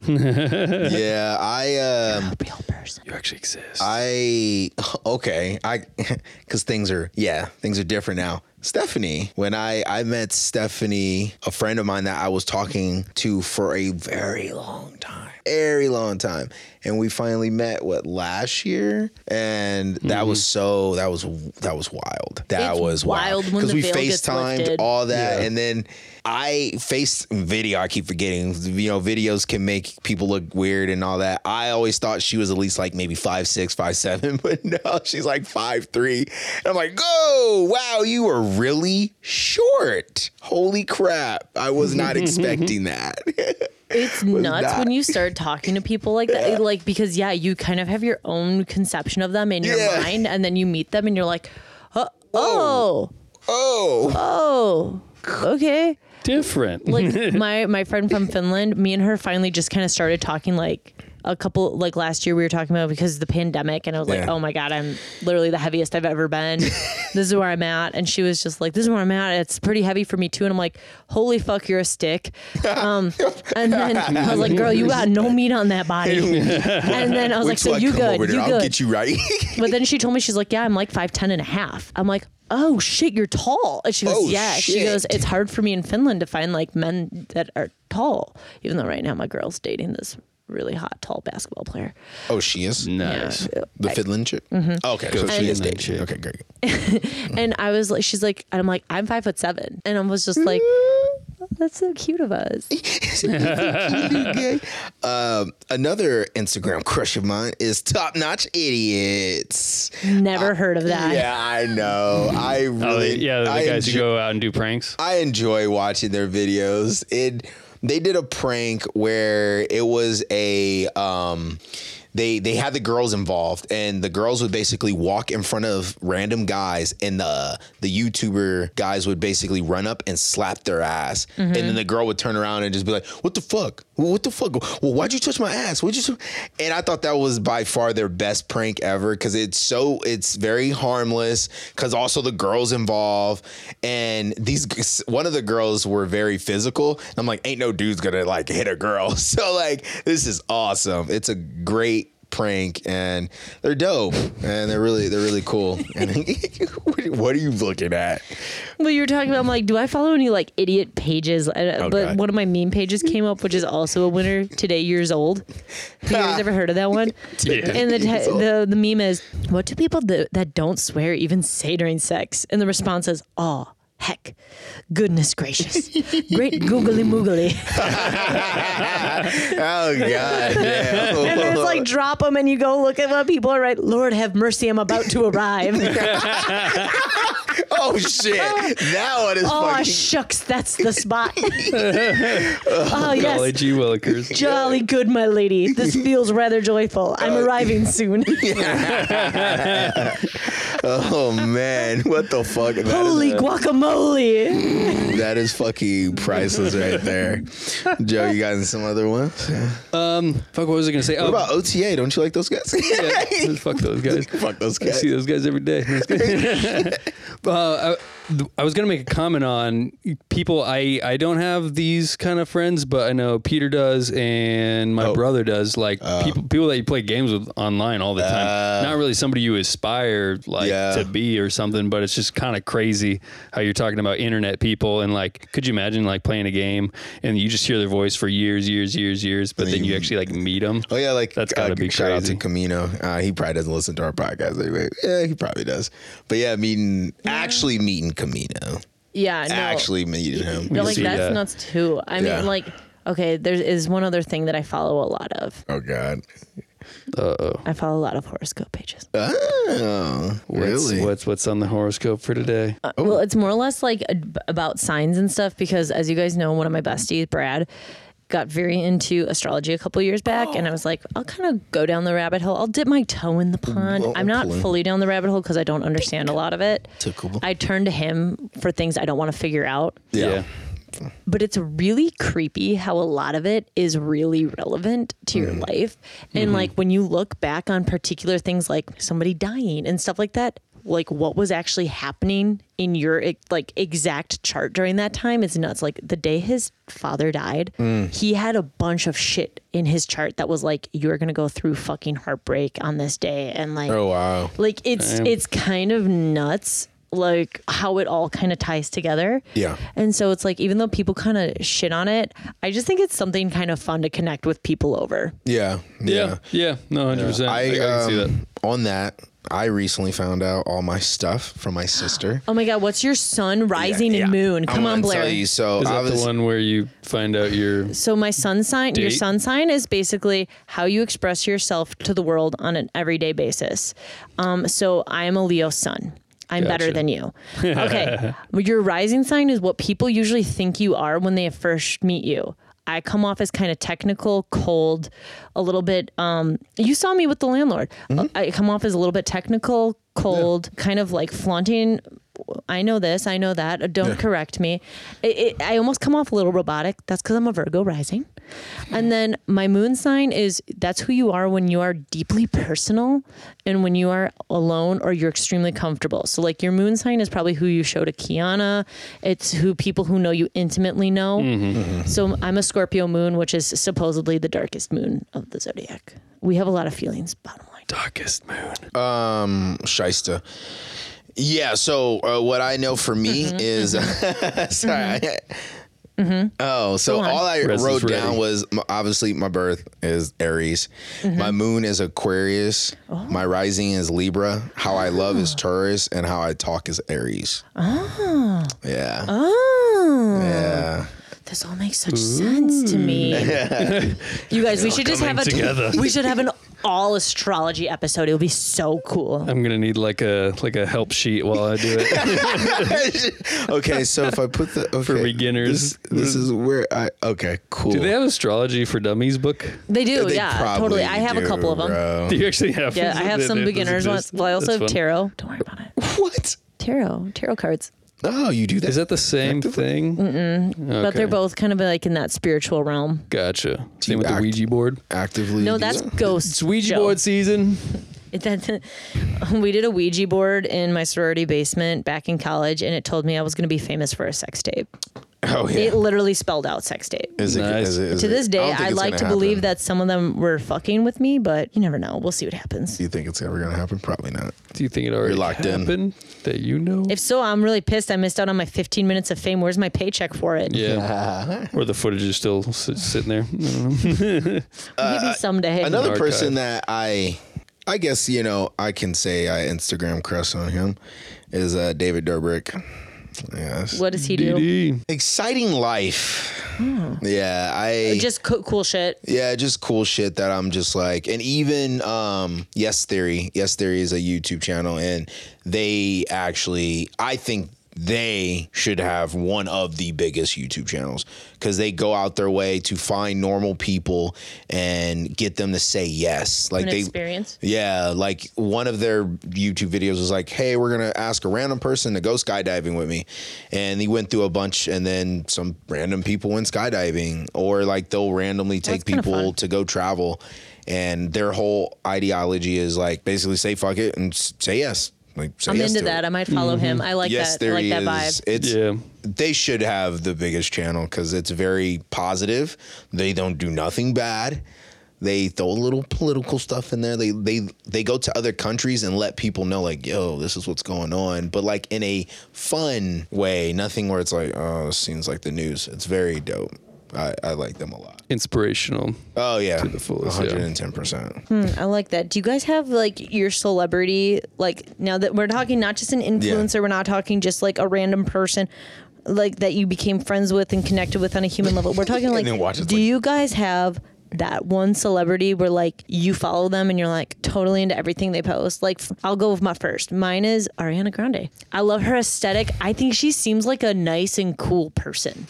Speaker 2: yeah. I um.
Speaker 1: real person.
Speaker 3: You actually exist.
Speaker 2: <laughs> I okay. I because things are yeah, things are different now. Stephanie. When I I met Stephanie, a friend of mine that I was talking to for a very long time, very long time, and we finally met what last year, and that was so that was that was wild. That
Speaker 1: Mm-hmm. It's
Speaker 2: was wild
Speaker 1: wild when the
Speaker 2: we
Speaker 1: veil gets
Speaker 2: FaceTimed
Speaker 1: lifted.
Speaker 2: all that, and then I face video. I keep forgetting. You know, videos can make people look weird and all that. I always thought she was at least like maybe five six, five seven, <laughs> but no, she's like five three. And I'm like, oh wow, you are really short. Holy crap! I was
Speaker 3: <laughs>
Speaker 2: not expecting that.
Speaker 1: <laughs>
Speaker 2: <laughs>
Speaker 1: It's nuts
Speaker 2: not.
Speaker 1: when you start talking to people like that. Like because yeah, you kind of have your own conception of them in
Speaker 2: Yeah.
Speaker 1: your mind, and then you meet them and you're like, oh, oh,
Speaker 2: oh,
Speaker 1: oh okay.
Speaker 3: Different.
Speaker 1: Like
Speaker 2: <laughs>
Speaker 1: my my friend from Finland, me and her finally just kind of started talking like a couple like last year we were talking about because of the pandemic and I was like,
Speaker 2: Yeah.
Speaker 1: "Oh my god, I'm literally the heaviest I've ever
Speaker 2: <laughs>
Speaker 1: been. this is where I'm at." And she was just like, "This is where I'm at. It's pretty heavy for me too." And I'm like, "Holy fuck, you're a stick." Um, and then I was like, "Girl, you got no meat on that body."
Speaker 2: <laughs>
Speaker 1: and then I was like,
Speaker 2: Wait till
Speaker 1: "So
Speaker 2: I
Speaker 1: you
Speaker 2: come
Speaker 1: good?
Speaker 2: over there.
Speaker 1: You
Speaker 2: I'll
Speaker 1: good?"
Speaker 2: get you right. <laughs>
Speaker 1: But then she told me, she's like, yeah, I'm like 5'10 and a half. I'm like, oh shit, you're tall. And she goes,
Speaker 2: Oh,
Speaker 1: yeah. She
Speaker 2: shit.
Speaker 1: goes, it's hard for me in Finland to find like men that are tall, even though right now my girl's dating this really hot, tall basketball
Speaker 2: <laughs>
Speaker 1: player.
Speaker 2: oh, she is
Speaker 3: nice.
Speaker 2: the Finland chick.
Speaker 1: Mm-hmm.
Speaker 2: Okay, so she is
Speaker 3: Finland
Speaker 2: dating.
Speaker 3: chick.
Speaker 2: Okay, great.
Speaker 1: And I was like, she's like, and I'm like, I'm five foot seven. And I was just like,
Speaker 2: Mm-hmm.
Speaker 1: that's so cute of
Speaker 2: <laughs>
Speaker 1: us.
Speaker 2: Um, another Instagram <laughs> crush of mine is Top Notch Idiots.
Speaker 1: Never heard of that.
Speaker 2: Yeah, I know. I
Speaker 3: Oh,
Speaker 2: really,
Speaker 3: yeah, the
Speaker 2: I
Speaker 3: guys who
Speaker 2: enjo-
Speaker 3: go out and do pranks.
Speaker 2: I enjoy watching their videos. It they did a prank where it was a um they they had the girls involved and the girls would basically walk in front of random guys and the the YouTuber guys would basically run up and slap their ass and then the girl would turn around and just be like what the fuck Well, what the fuck well why'd you touch my ass what'd you touch-" and I thought that was by far their best prank ever because it's so it's very harmless because also the girls involved and these g- one of the girls were very physical and I'm like ain't no dude's gonna like hit a girl <laughs> so like this is awesome it's a great prank and they're dope and they're really they're really cool and <laughs> what- what are you looking at
Speaker 1: Well, you were talking about, I'm like, do I follow any like idiot pages? And- uh, but
Speaker 2: God.
Speaker 1: one of my meme pages came up, which is also a winner today, years old. Have you guys ever heard of that
Speaker 2: <laughs>
Speaker 1: one?
Speaker 3: Yeah.
Speaker 1: And the,
Speaker 2: Years
Speaker 1: te-
Speaker 2: old.
Speaker 1: the the meme is, what do people that, that don't swear even say during sex? And the response is, oh, heck, goodness
Speaker 2: <laughs>
Speaker 1: gracious, great googly moogly.
Speaker 2: oh
Speaker 1: <laughs>
Speaker 2: god
Speaker 1: And then
Speaker 2: yeah.
Speaker 1: it's like, drop them and you go look at what people are right. Lord have mercy, I'm about
Speaker 2: <laughs>
Speaker 1: to arrive.
Speaker 2: <laughs> oh
Speaker 1: <laughs>
Speaker 2: shit that one is
Speaker 1: oh,
Speaker 2: fucking
Speaker 1: shucks, that's the
Speaker 2: <laughs>
Speaker 1: spot. oh,
Speaker 3: Golly
Speaker 1: yes.
Speaker 3: gee willikers.
Speaker 1: Jolly good, my lady. This feels rather joyful. I'm arriving soon.
Speaker 2: Oh man, what the fuck? That is-
Speaker 1: Holy guacamole.
Speaker 2: that is fucking priceless right there. Joe, you got some other ones? What
Speaker 3: Um, fuck, what was I gonna say? Oh,
Speaker 2: about OTA? Don't you like those guys? <laughs>
Speaker 3: yeah, fuck those guys.
Speaker 2: fuck those
Speaker 3: I
Speaker 2: guys.
Speaker 3: see those guys every day.
Speaker 2: <laughs>
Speaker 3: uh, I, th- I was gonna make a comment on people. I I don't have these kind of friends, but I know Peter does and
Speaker 2: Oh.
Speaker 3: my brother does. Like
Speaker 2: Uh.
Speaker 3: people people that you play games with online all the time. Not really somebody you aspire like
Speaker 2: Yeah.
Speaker 3: to be or something, but it's just kind of crazy how you're talking about internet people and like, could you imagine like playing a game and you just hear their voice for years, years, years, years, but then you actually like meet them.
Speaker 2: Oh yeah, Mm. like
Speaker 3: That's gotta be
Speaker 2: shout out
Speaker 3: crazy.
Speaker 2: to Camino. Uh, he probably doesn't listen to our podcast anyway. Yeah, he probably does. But yeah, meeting actually meeting Camino,
Speaker 1: Yeah, no.
Speaker 2: actually meeting him.
Speaker 1: no, like
Speaker 3: see
Speaker 1: that's
Speaker 3: that.
Speaker 1: nuts too. I
Speaker 2: Yeah.
Speaker 1: mean, like, okay, there is one other thing that I follow a lot of.
Speaker 2: Oh god.
Speaker 1: I follow a lot of horoscope pages.
Speaker 2: Oh,
Speaker 3: What's-
Speaker 2: really?
Speaker 3: What's what's on the horoscope for today?
Speaker 1: Uh, Well, it's more or less like ab- about signs and stuff because, as you guys know, one of my besties, Brad, got very into astrology a couple years back, and I was like, I'll kind of go down the rabbit hole. I'll dip my toe in the pond.
Speaker 2: Well,
Speaker 1: I'm not
Speaker 2: okay.
Speaker 1: fully down the rabbit hole because I don't understand a lot of it.
Speaker 2: Tickle.
Speaker 1: I turn to him for things I don't want to figure out.
Speaker 2: Yeah.
Speaker 1: but it's really creepy how a lot of it is really relevant to your life. And like when you look back on particular things like somebody dying and stuff like that, like what was actually happening in your e- like exact chart during that time is nuts. Like the day his father died, he had a bunch of shit in his chart that was like you're going to go through fucking heartbreak on this day and like
Speaker 2: Oh wow.
Speaker 1: like it's it's kind of nuts like how it all kind of ties together.
Speaker 2: Yeah.
Speaker 1: And so it's like even though people kind of shit on it, I just think it's something kind of fun to connect with people over.
Speaker 2: Yeah.
Speaker 3: Yeah. Yeah. No, 100%. I, I
Speaker 2: I,
Speaker 3: can see that.
Speaker 2: um, on that, I recently found out all my stuff from my sister.
Speaker 1: Oh my god, what's your sun rising
Speaker 2: Yeah.
Speaker 1: and moon?
Speaker 2: I'm
Speaker 1: Come
Speaker 2: gonna
Speaker 1: on,
Speaker 2: tell
Speaker 1: Blair.
Speaker 2: you, so
Speaker 3: Is
Speaker 2: I
Speaker 3: that
Speaker 2: was,
Speaker 3: the one where you find
Speaker 2: <laughs>
Speaker 3: out your
Speaker 1: So my sun sign, your
Speaker 3: Date?
Speaker 1: sun sign is basically how you express yourself to the world on an everyday basis. Um, so I am a Leo sun. I'm better
Speaker 3: Gotcha.
Speaker 1: than you.
Speaker 3: <laughs>
Speaker 1: Okay. your rising sign is what people usually think you are when they first meet you. I come off as kind of technical, cold, a little bit. Um, you saw me with the landlord.
Speaker 3: Mm-hmm.
Speaker 1: I come off as a little bit technical, cold, kind of like flaunting. I know this. I know that. Don't correct me. It, it, I almost come off a little robotic. That's because I'm a Virgo rising. And then my moon sign is that's who you are when you are deeply personal and when you are alone or you're extremely comfortable. So, like, your moon sign is probably who you show to Kiana. It's who people who know you intimately know. So, I'm a Scorpio moon, which is supposedly the darkest moon of the zodiac. We have a lot of feelings, bottom line.
Speaker 3: darkest moon?
Speaker 2: Uh, Shysta. Yeah. So uh, what I know for me
Speaker 1: Mm-hmm,
Speaker 2: is <laughs> sorry. Oh, so all I
Speaker 3: Rest is
Speaker 2: wrote
Speaker 3: ready.
Speaker 2: down was m- obviously my birth is Aries,
Speaker 1: Mm-hmm.
Speaker 2: my moon is Aquarius,
Speaker 1: Oh.
Speaker 2: my rising is Libra, how I love
Speaker 1: Ah.
Speaker 2: is Taurus, and how I talk is Aries. Oh.
Speaker 1: Ah.
Speaker 2: Yeah.
Speaker 1: Oh,
Speaker 2: Yeah.
Speaker 1: this all makes such sense to me.
Speaker 2: <laughs>
Speaker 1: you guys, we should just have
Speaker 3: coming
Speaker 1: a
Speaker 3: together.
Speaker 1: we should have an all astrology episode. It would be so cool.
Speaker 3: I'm gonna need like a like a help sheet while I do
Speaker 2: <laughs>
Speaker 3: it.
Speaker 2: okay, so if I put the okay,
Speaker 3: <laughs> For beginners.
Speaker 2: this, this is where I okay, cool.
Speaker 3: do they have astrology for dummies book? <laughs>
Speaker 1: They do,
Speaker 2: They
Speaker 1: yeah,
Speaker 2: probably
Speaker 1: totally. I have a
Speaker 2: do,
Speaker 1: couple of them.
Speaker 2: bro.
Speaker 3: Do you actually have?
Speaker 1: Yeah, I have
Speaker 3: that-
Speaker 1: some
Speaker 3: that
Speaker 1: beginners ones.
Speaker 3: exists?
Speaker 1: Well, I also
Speaker 3: That's
Speaker 1: have
Speaker 3: fun.
Speaker 1: tarot. Don't worry about it.
Speaker 2: What?
Speaker 1: Tarot, tarot cards,
Speaker 2: Oh, you do that?
Speaker 3: Is that the same thing?
Speaker 1: but they're both kind of like in that spiritual realm.
Speaker 3: Gotcha. Same with the
Speaker 2: act-
Speaker 3: Ouija board.
Speaker 2: actively?
Speaker 1: No,
Speaker 2: do
Speaker 1: that's
Speaker 2: that?
Speaker 1: ghosts.
Speaker 3: It's Ouija
Speaker 1: Joe.
Speaker 3: board season.
Speaker 1: It, that, <laughs> we did a Ouija board in my sorority basement back in college, and it told me I was going to be famous for a sex tape.
Speaker 2: Oh yeah.
Speaker 1: It literally spelled out sex tape.
Speaker 2: Is it,
Speaker 3: Nice.
Speaker 2: is it- is
Speaker 1: to
Speaker 2: it-
Speaker 1: this day,
Speaker 2: don't think
Speaker 1: I
Speaker 2: it's
Speaker 1: like to
Speaker 2: gonna
Speaker 1: believe
Speaker 2: happen.
Speaker 1: that some of them were fucking with me, but you never know. We'll see what happens.
Speaker 2: Do you think it's ever going to happen? Probably not.
Speaker 3: Do you think it already
Speaker 2: locked in.
Speaker 3: happened that you know?
Speaker 1: If so, I'm really pissed. I missed out on my 15 minutes of fame. Where's my paycheck for it?
Speaker 3: yeah.
Speaker 2: <laughs>
Speaker 3: or the footage is still sit, sitting there. I don't know.
Speaker 1: Maybe someday.
Speaker 2: Uh, Another
Speaker 3: Archive.
Speaker 2: person that I, I guess you know, I can say I Instagram crush on him is uh, David Dobrik. Yes.
Speaker 1: what does he do?
Speaker 3: DD.
Speaker 2: Exciting life. Yeah, I
Speaker 1: Hmm. Just co- cool shit.
Speaker 2: yeah, just cool shit that I'm just like, and even um, Yes Theory. Yes Theory is a YouTube channel, and they actually, I think they should have one of the biggest YouTube channels because they go out their way to find normal people and get them to say yes. Like
Speaker 1: An
Speaker 2: they
Speaker 1: experience.
Speaker 2: yeah, like one of their YouTube videos was like, "Hey, we're gonna ask a random person to go skydiving with me," and he went through a bunch, and then some random people went skydiving, or like they'll randomly
Speaker 1: That's
Speaker 2: take
Speaker 1: kinda
Speaker 2: people
Speaker 1: fun.
Speaker 2: to go travel, and their whole ideology is like basically say fuck it and s- say yes. Like say
Speaker 1: I'm
Speaker 2: yes
Speaker 1: into
Speaker 2: to
Speaker 1: that.
Speaker 2: It.
Speaker 1: I might follow him. I like
Speaker 2: yes,
Speaker 1: that. I
Speaker 2: there
Speaker 1: like
Speaker 2: he
Speaker 1: that
Speaker 2: is.
Speaker 1: vibe.
Speaker 2: It's
Speaker 3: Yeah.
Speaker 2: they should have the biggest channel because it's very positive. They don't do nothing bad. They throw a little political stuff in there. They they they go to other countries and let people know like, yo, this is what's going on, but like in a fun way, nothing where it's like, oh, this seems like the news. It's very dope. I, I like them a lot.
Speaker 3: Inspirational.
Speaker 2: Oh yeah, to the
Speaker 3: fullest, yeah.
Speaker 2: 110%.
Speaker 1: Mm, I like that. Do you guys have like your celebrity? Like now that we're talking not just an influencer, we're not talking just like a random person, like that you became friends with and connected with on a human level. We're talking
Speaker 2: <laughs> And
Speaker 1: like,
Speaker 2: then watch it,
Speaker 1: do
Speaker 2: like-
Speaker 1: you guys have that one celebrity where like you follow them and you're like totally into everything they post? Like f- I'll go with my first. Mine is Ariana Grande. I love her aesthetic. I think she seems like a nice and cool person.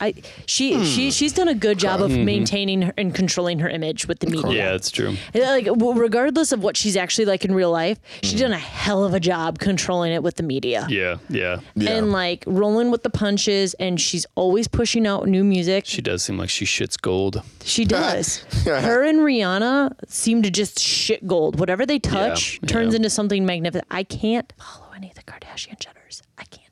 Speaker 1: I she
Speaker 2: Hmm.
Speaker 1: she she's done a good job of maintaining her and controlling her image with the media.
Speaker 3: Oh, Yeah, that's true.
Speaker 1: Yeah, like w- regardless of what she's actually like in real life she's done a hell of a job controlling it with the media
Speaker 3: Mm-hmm. Yeah, yeah.
Speaker 1: and like rolling with the punches and she's always pushing out new music
Speaker 3: She does seem like she shits gold. <laughs>
Speaker 1: she does her and rihanna seem to just shit gold whatever they touch
Speaker 3: Yeah,
Speaker 1: turns
Speaker 3: yeah.
Speaker 1: into something magnificent i can't follow any of
Speaker 2: <laughs>
Speaker 1: the kardashian shutters i can't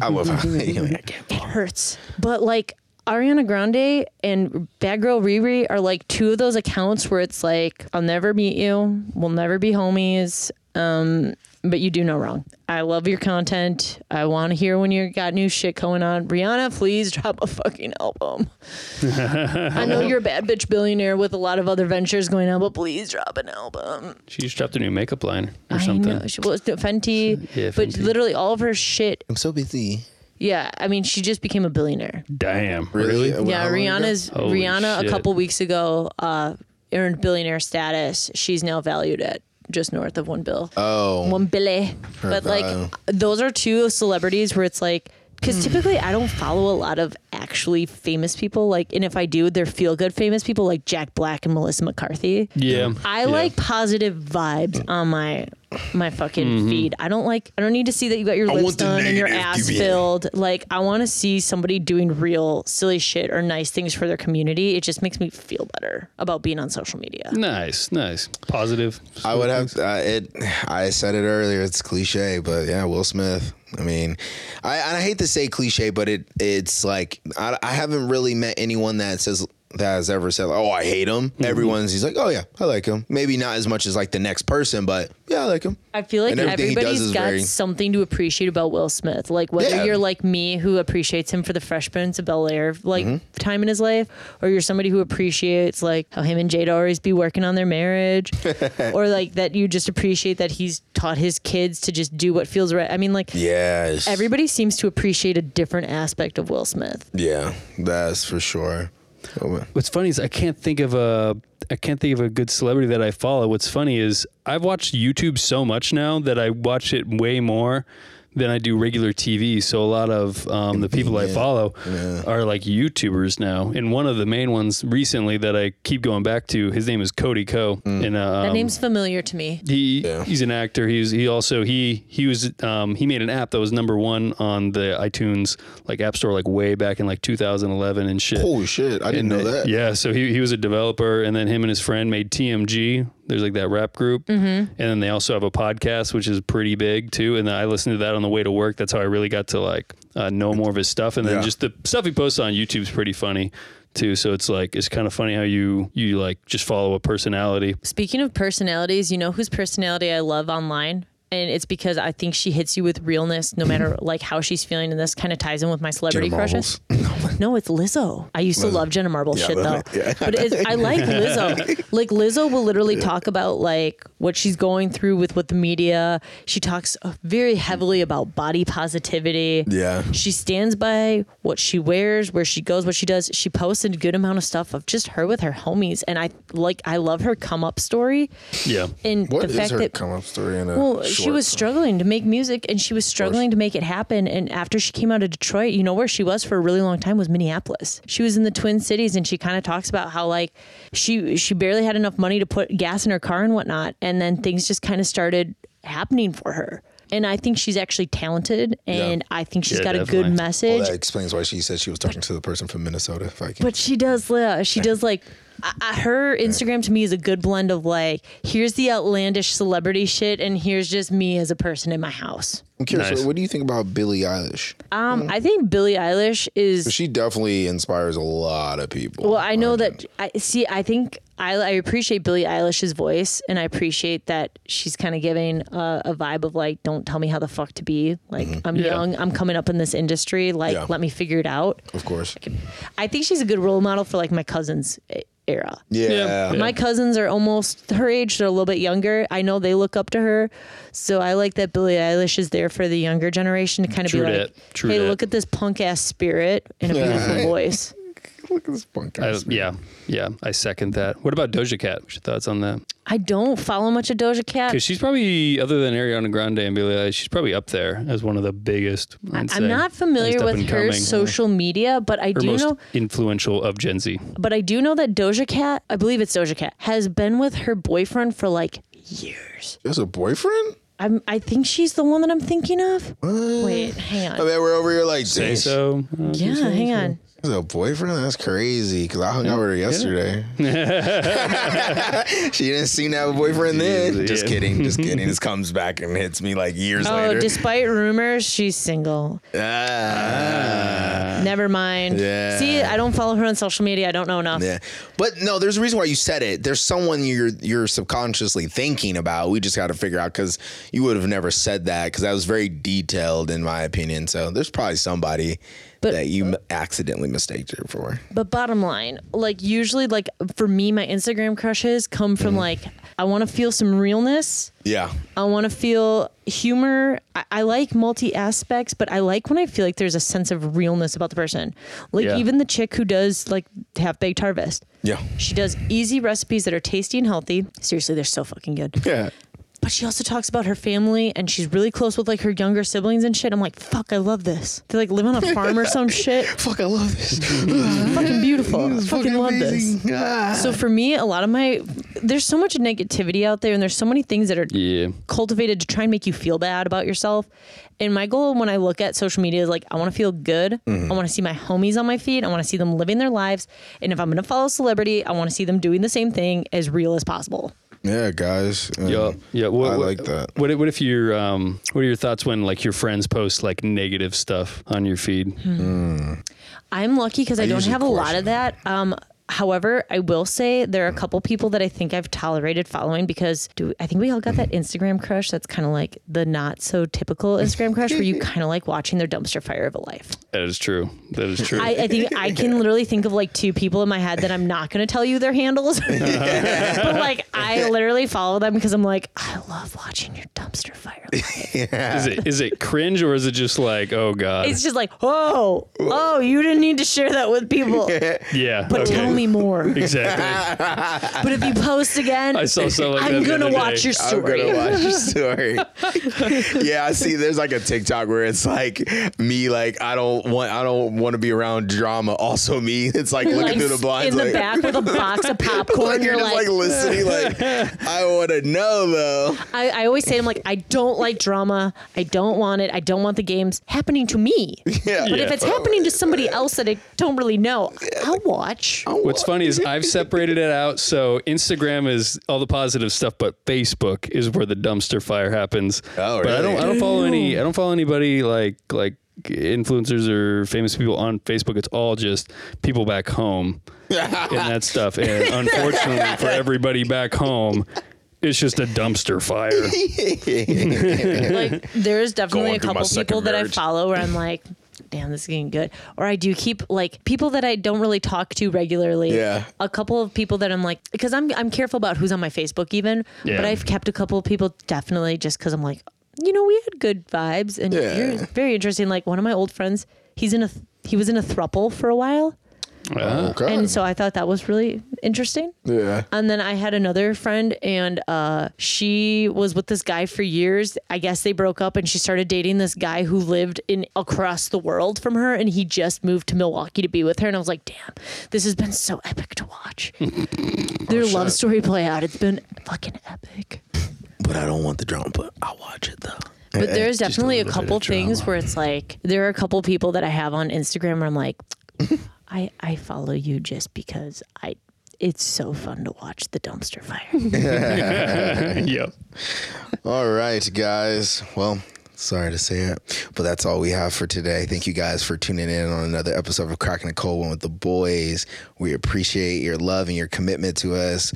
Speaker 2: I love how
Speaker 1: it hurts but like Ariana Grande and Bad Girl Riri are like two of those accounts where it's like, I'll never meet you, we'll never be homies, um, but you do no wrong. I love your content. I want to hear when you got new shit going on. Rihanna, please drop a fucking album. I know you're a bad bitch billionaire with a lot of other ventures going on, but please drop an album.
Speaker 3: She just dropped a new makeup line or
Speaker 1: I know
Speaker 3: something.
Speaker 1: she was Fenty,
Speaker 3: Yeah,
Speaker 1: but
Speaker 3: Fenty.
Speaker 1: literally all of her shit.
Speaker 2: I'm so busy.
Speaker 1: Yeah, I mean, she just became a billionaire.
Speaker 3: Damn.
Speaker 2: Really?
Speaker 1: Yeah,
Speaker 2: How long ago?
Speaker 1: Rihanna's
Speaker 3: Holy
Speaker 1: Rihanna
Speaker 3: shit.
Speaker 1: a couple weeks ago uh, earned billionaire status. She's now valued at just north of one bill,
Speaker 2: Oh,
Speaker 1: one billy. But
Speaker 2: value.
Speaker 1: like, those are two celebrities where it's like, because typically I don't follow a lot of actually famous people. Like, and if I do, they're feel good famous people like Jack Black and Melissa McCarthy.
Speaker 3: Yeah.
Speaker 1: I
Speaker 3: Yeah.
Speaker 1: like positive vibes on my my fucking feed. I don't like I don't need to see that you got your lips
Speaker 2: want the
Speaker 1: done and your
Speaker 2: negative,
Speaker 1: ass
Speaker 2: give me-
Speaker 1: filled. Like I want to see somebody doing real silly shit or nice things for their community. It just makes me feel better about being on social media.
Speaker 3: Nice, nice, positive.
Speaker 2: I would have uh, it. I said it earlier. It's cliche, but yeah, Will Smith. I mean, I, and I hate to say cliche, but it it's like I, I haven't really met anyone that says that has ever said, "Oh, I hate him."
Speaker 3: Mm-hmm.
Speaker 2: Everyone's he's like, "Oh yeah, I like him." Maybe not as much as like the next person, but yeah, I like him.
Speaker 1: I feel like
Speaker 2: And everything he does
Speaker 1: everybody's
Speaker 2: is
Speaker 1: got
Speaker 2: very-
Speaker 1: something to appreciate about Will Smith. Like whether
Speaker 2: Yeah.
Speaker 1: you're like me who appreciates him for the Fresh Prince of Bel Air like
Speaker 2: Mm-hmm.
Speaker 1: time in his life, or you're somebody who appreciates like how him and Jada always be working on their
Speaker 2: <laughs>
Speaker 1: marriage, or like that you just appreciate that he's taught his kids to just do what feels right. I mean, like
Speaker 2: Yes.
Speaker 1: everybody seems to appreciate a different aspect of Will Smith.
Speaker 2: yeah, that's for sure. Oh,
Speaker 3: What's funny is I can't think of a I can't think of a good celebrity that I follow. What's funny is I've watched YouTube so much now that I watch it way more than I do regular TV. So a lot of um, the people I follow are like YouTubers now. And one of the main ones recently that I keep going back to, his name is Cody Co. And uh,
Speaker 1: That
Speaker 3: um,
Speaker 1: name's familiar to me.
Speaker 3: He
Speaker 2: Yeah.
Speaker 3: he's an actor. He's he also he he was um, he made an app that was number one on the iTunes like App Store like way back in like 2011 and shit.
Speaker 2: Holy shit! I didn't
Speaker 3: And
Speaker 2: know
Speaker 3: they-
Speaker 2: that.
Speaker 3: <laughs> Yeah, so he, he was a developer, and then him and his friend made TMG. There's like that rap group, mm-hmm. and then they also have a podcast, which is pretty big too. And then I listened to that on the way to work. That's how I really got to like uh, know more of his stuff. And then
Speaker 2: Yeah.
Speaker 3: just the stuff he posts on YouTube's pretty funny too. So it's like it's kind of funny how you you like just follow a personality.
Speaker 1: Speaking of personalities, you know whose personality I love online? And it's because I think she hits you with realness no matter like how she's feeling and this kind of ties in with my celebrity
Speaker 2: Jenna
Speaker 1: crushes. No, it's Lizzo. I used to love Jenna Marbles
Speaker 2: Yeah,
Speaker 1: shit though.
Speaker 2: but- yeah.
Speaker 1: But it's, I
Speaker 2: <laughs>
Speaker 1: like Lizzo. Like Lizzo will literally talk about like what she's going through with with the media. She talks uh, very heavily about body positivity.
Speaker 2: Yeah.
Speaker 1: She stands by what she wears, where she goes, what she does. She posts a good amount of stuff of just her with her homies and I like I love her come up story
Speaker 3: Yeah,
Speaker 1: and
Speaker 2: What
Speaker 1: the
Speaker 2: is
Speaker 1: fact
Speaker 2: her
Speaker 1: that
Speaker 2: come up story in a
Speaker 1: well, she
Speaker 2: short
Speaker 1: was struggling to make music and she was struggling to make it happen. And after she came out of Detroit, you know where she was for a really long time was Minneapolis. She was in the Twin Cities and she kind of talks about how like she she barely had enough money to put gas in her car and whatnot. And then things just kind of started happening for her. And I think she's actually talented and I think she's
Speaker 3: Yeah,
Speaker 1: got a
Speaker 3: definitely.
Speaker 1: good
Speaker 2: Well,
Speaker 1: message.
Speaker 2: that explains why she said she was talking to the person from Minnesota. If I can.
Speaker 1: But she does, yeah, she does like. I, I, her Instagram to me is a good blend of like, here's the outlandish celebrity shit, and here's just me as a person in my house.
Speaker 2: I'm curious.
Speaker 3: Nice.
Speaker 2: What do you think about Billie Eilish?
Speaker 1: Um,
Speaker 2: Mm.
Speaker 1: I think Billie Eilish is.
Speaker 2: She definitely inspires a lot of people.
Speaker 1: Well, I
Speaker 2: Oh,
Speaker 1: know that. I see. I think I, I appreciate Billie Eilish's voice, and I appreciate that she's kind of giving a, a vibe of like, "Don't tell me how the fuck to be." Like, I'm
Speaker 3: Yeah.
Speaker 1: young. I'm coming up in this industry. Like,
Speaker 2: Mm-hmm. Yeah.
Speaker 1: let me figure it out.
Speaker 2: of course.
Speaker 1: I think she's a good role model for like my cousins eh, era.
Speaker 2: Yeah.
Speaker 3: Yeah.
Speaker 1: My cousins are almost her age. They're a little bit younger. I know they look up to her. So I like that Billie Eilish is there for the younger generation to kind of
Speaker 3: True
Speaker 1: be
Speaker 3: dat.
Speaker 1: like,
Speaker 3: True
Speaker 1: hey,
Speaker 3: dat.
Speaker 1: look at this punk ass spirit and a beautiful
Speaker 2: <laughs> Yeah.
Speaker 1: voice.
Speaker 2: Look at this punk
Speaker 3: I,
Speaker 2: ass.
Speaker 3: yeah, yeah. I second that. What about Doja Cat? What's your thoughts on that?
Speaker 1: I don't follow much of Doja Cat.
Speaker 3: Because she's probably, other than Ariana Grande and Billie Eilish, she's probably up there as one of the biggest.
Speaker 1: I-
Speaker 3: I'd say.
Speaker 1: I'm not
Speaker 3: At
Speaker 1: familiar
Speaker 3: least up
Speaker 1: with
Speaker 3: and
Speaker 1: her
Speaker 3: coming.
Speaker 1: social media, but I
Speaker 3: Or
Speaker 1: do
Speaker 3: most
Speaker 1: know
Speaker 3: influential of Gen Z.
Speaker 1: but I do know that Doja Cat, I believe it's Doja Cat, has been with her boyfriend for like years.
Speaker 2: There's a boyfriend?
Speaker 1: I'm I think she's the one that I'm thinking of. Wait, hang on.
Speaker 2: I mean, we're over here like,
Speaker 3: Say
Speaker 2: dang,
Speaker 3: so. Uh,
Speaker 1: Yeah, hang on.
Speaker 2: there's a boyfriend? That's crazy. Because I hung out with her yesterday. <laughs> she didn't seem to have a boyfriend then.
Speaker 3: Yeah.
Speaker 2: Just kidding. Just
Speaker 3: <laughs>
Speaker 2: kidding. this comes back and hits me like years Ah.
Speaker 1: Oh,
Speaker 2: later.
Speaker 1: despite rumors, she's single.
Speaker 2: Ah. Yeah.
Speaker 1: Never mind.
Speaker 2: Yeah.
Speaker 1: See, I don't follow her on social media. I don't know enough.
Speaker 2: Yeah, but no, there's a reason why you said it. There's someone you're you're subconsciously thinking about. We just got to figure out because you would have never said that because that was very detailed in my opinion. So there's probably somebody
Speaker 1: But- uh
Speaker 2: that you m accidentally mistaked her for.
Speaker 1: But bottom line, like usually, like for me, my Instagram crushes come
Speaker 2: Mm-hmm.
Speaker 1: from like I want to feel some realness.
Speaker 2: Yeah,
Speaker 1: I want to feel humor. I, I like multi aspects, but I like when I feel like there's a sense of realness about the person. Like
Speaker 3: Yeah.
Speaker 1: even the chick who does like half baked harvest.
Speaker 2: yeah,
Speaker 1: She does easy recipes that are tasty and healthy. Seriously, they're so fucking good.
Speaker 2: yeah.
Speaker 1: But she also talks about her family and she's really close with like her younger siblings and shit. I'm like, fuck, I love this. They like live on a farm or some shit.
Speaker 2: Fuck, I love this. <laughs>
Speaker 1: fucking beautiful. I fucking love this.
Speaker 2: amazing. Ah.
Speaker 1: So for me, a lot of my there's so much negativity out there, and there's so many things that are
Speaker 3: Yeah.
Speaker 1: cultivated to try and make you feel bad about yourself. And my goal when I look at social media is like, I want to feel good.
Speaker 2: Mm-hmm.
Speaker 1: I want to see my homies on my feed. I want to see them living their lives. And if I'm gonna follow a celebrity, I want to see them doing the same thing as real as possible.
Speaker 2: yeah, guys. Um,
Speaker 3: Yeah, yeah. What,
Speaker 2: I
Speaker 3: what-
Speaker 2: like that.
Speaker 3: What, what if your um, what are your thoughts when like your friends post like negative stuff on your feed?
Speaker 1: Hmm. I'm lucky because I, don't
Speaker 2: usually
Speaker 1: have a lot
Speaker 2: question
Speaker 1: of that. Um, however, I will say there are a couple people that I think I've tolerated following because do I think we all got
Speaker 2: Mm-hmm.
Speaker 1: that Instagram crush that's kind of like the not so typical Instagram crush where
Speaker 2: <laughs>
Speaker 1: you kind of like watching their dumpster fire of a life.
Speaker 3: That is true. That
Speaker 2: <laughs>
Speaker 3: is true.
Speaker 1: I, I think I can literally think of like two people in my head that I'm not going to tell you their handles, but like I <laughs> literally follow them because I'm like I love watching your dumpster fire. life."
Speaker 3: is it is it cringe or is it just like oh god?
Speaker 1: It's just like oh oh you didn't need to share that with people, but
Speaker 3: yeah. okay.
Speaker 1: tell me more.
Speaker 2: <laughs>
Speaker 3: exactly.
Speaker 1: But if you post again,
Speaker 3: I saw something like that
Speaker 1: I'm
Speaker 3: the
Speaker 1: gonna
Speaker 3: other
Speaker 1: watch
Speaker 3: day.
Speaker 1: your
Speaker 2: I'm
Speaker 1: story.
Speaker 2: gonna
Speaker 1: <laughs>
Speaker 2: watch your story. yeah, I see. There's like a TikTok where it's like me, like I don't want, I don't want to be around drama. Also me, it's like looking
Speaker 1: Like,
Speaker 2: through the blinds,
Speaker 1: in the
Speaker 2: like,
Speaker 1: back with a box of popcorn.
Speaker 2: <laughs> like,
Speaker 1: you're
Speaker 2: just
Speaker 1: like, <laughs>
Speaker 2: like listening, like I want to know though.
Speaker 1: I, I always say, I'm like, I don't like drama. I don't want it. I don't want the games happening to me.
Speaker 2: Yeah,
Speaker 1: But if
Speaker 3: Yeah.
Speaker 1: it's happening to somebody else that I don't really know, I'll watch.
Speaker 2: Oh,
Speaker 3: What's funny is I've separated it out. So Instagram is all the positive stuff, but Facebook is where the dumpster fire happens.
Speaker 2: Oh,
Speaker 3: But I don't
Speaker 2: really?
Speaker 3: I don't follow any I don't follow anybody like like influencers or famous people on Facebook. It's all just people
Speaker 2: <laughs>
Speaker 3: back home and that stuff. And unfortunately for everybody back home, it's just a
Speaker 2: <laughs>
Speaker 3: dumpster fire.
Speaker 1: Like, there's definitely
Speaker 2: Going
Speaker 1: a
Speaker 2: through my
Speaker 1: couple
Speaker 2: second
Speaker 1: people that I
Speaker 2: marriage.
Speaker 1: follow where I'm like, damn, this is getting good. Or I do keep like people that I don't really talk to regularly.
Speaker 2: Yeah.
Speaker 1: A couple of people that I'm like, because I'm I'm careful about who's on my Facebook even.
Speaker 3: Yeah.
Speaker 1: But I've kept a couple of people definitely just because I'm like, you know, we had good vibes and
Speaker 2: Yeah.
Speaker 1: you're very interesting. Like one of my old friends, he's in a th- he was in a thruple for a while.
Speaker 3: Uh,
Speaker 2: Okay.
Speaker 1: And so I thought that was really interesting.
Speaker 2: yeah.
Speaker 1: And then I had another friend, and uh, she was with this guy for years. I guess they broke up, and she started dating this guy who lived in across the world from her, and he just moved to Milwaukee to be with her. And I was like, "Damn, this has been so epic to
Speaker 3: <laughs>
Speaker 1: watch."
Speaker 3: Oh,
Speaker 1: Their love story play out. It's been fucking epic.
Speaker 2: But I don't want the drama. But I'll watch it though.
Speaker 1: But there's
Speaker 3: just a
Speaker 1: definitely a,
Speaker 3: little bit
Speaker 1: couple
Speaker 3: of
Speaker 1: things where it's like there are a couple people that I have on Instagram where I'm
Speaker 3: <laughs>
Speaker 1: like, I I follow you just because I. It's so fun to watch the dumpster fire.
Speaker 3: yep.
Speaker 2: All right, guys. Well, sorry to say it, but that's all we have for today. Thank you guys for tuning in on another episode of Cracking a Cold One with the Boys. We appreciate your love and your commitment to us.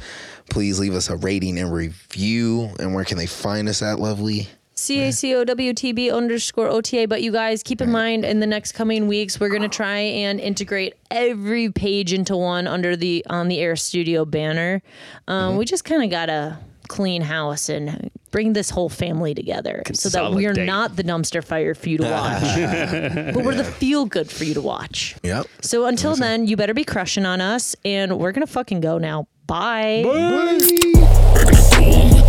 Speaker 2: Please leave us a rating and review. And where can they find us at, lovely?
Speaker 1: C A C O W T B underscore O T A. But you guys, keep in mind in the next coming weeks, we're gonna try and integrate every page into one under the on the air studio banner. Um, We just kind of gotta clean house and bring this whole family together so that we are
Speaker 3: Consolidate.
Speaker 1: not the dumpster fire for you to watch, but we're the feel good for you to watch.
Speaker 2: Yep.
Speaker 1: So until then, you better be crushing on us, and we're gonna fucking go now. Bye.
Speaker 2: Bye.
Speaker 4: Cracking a cold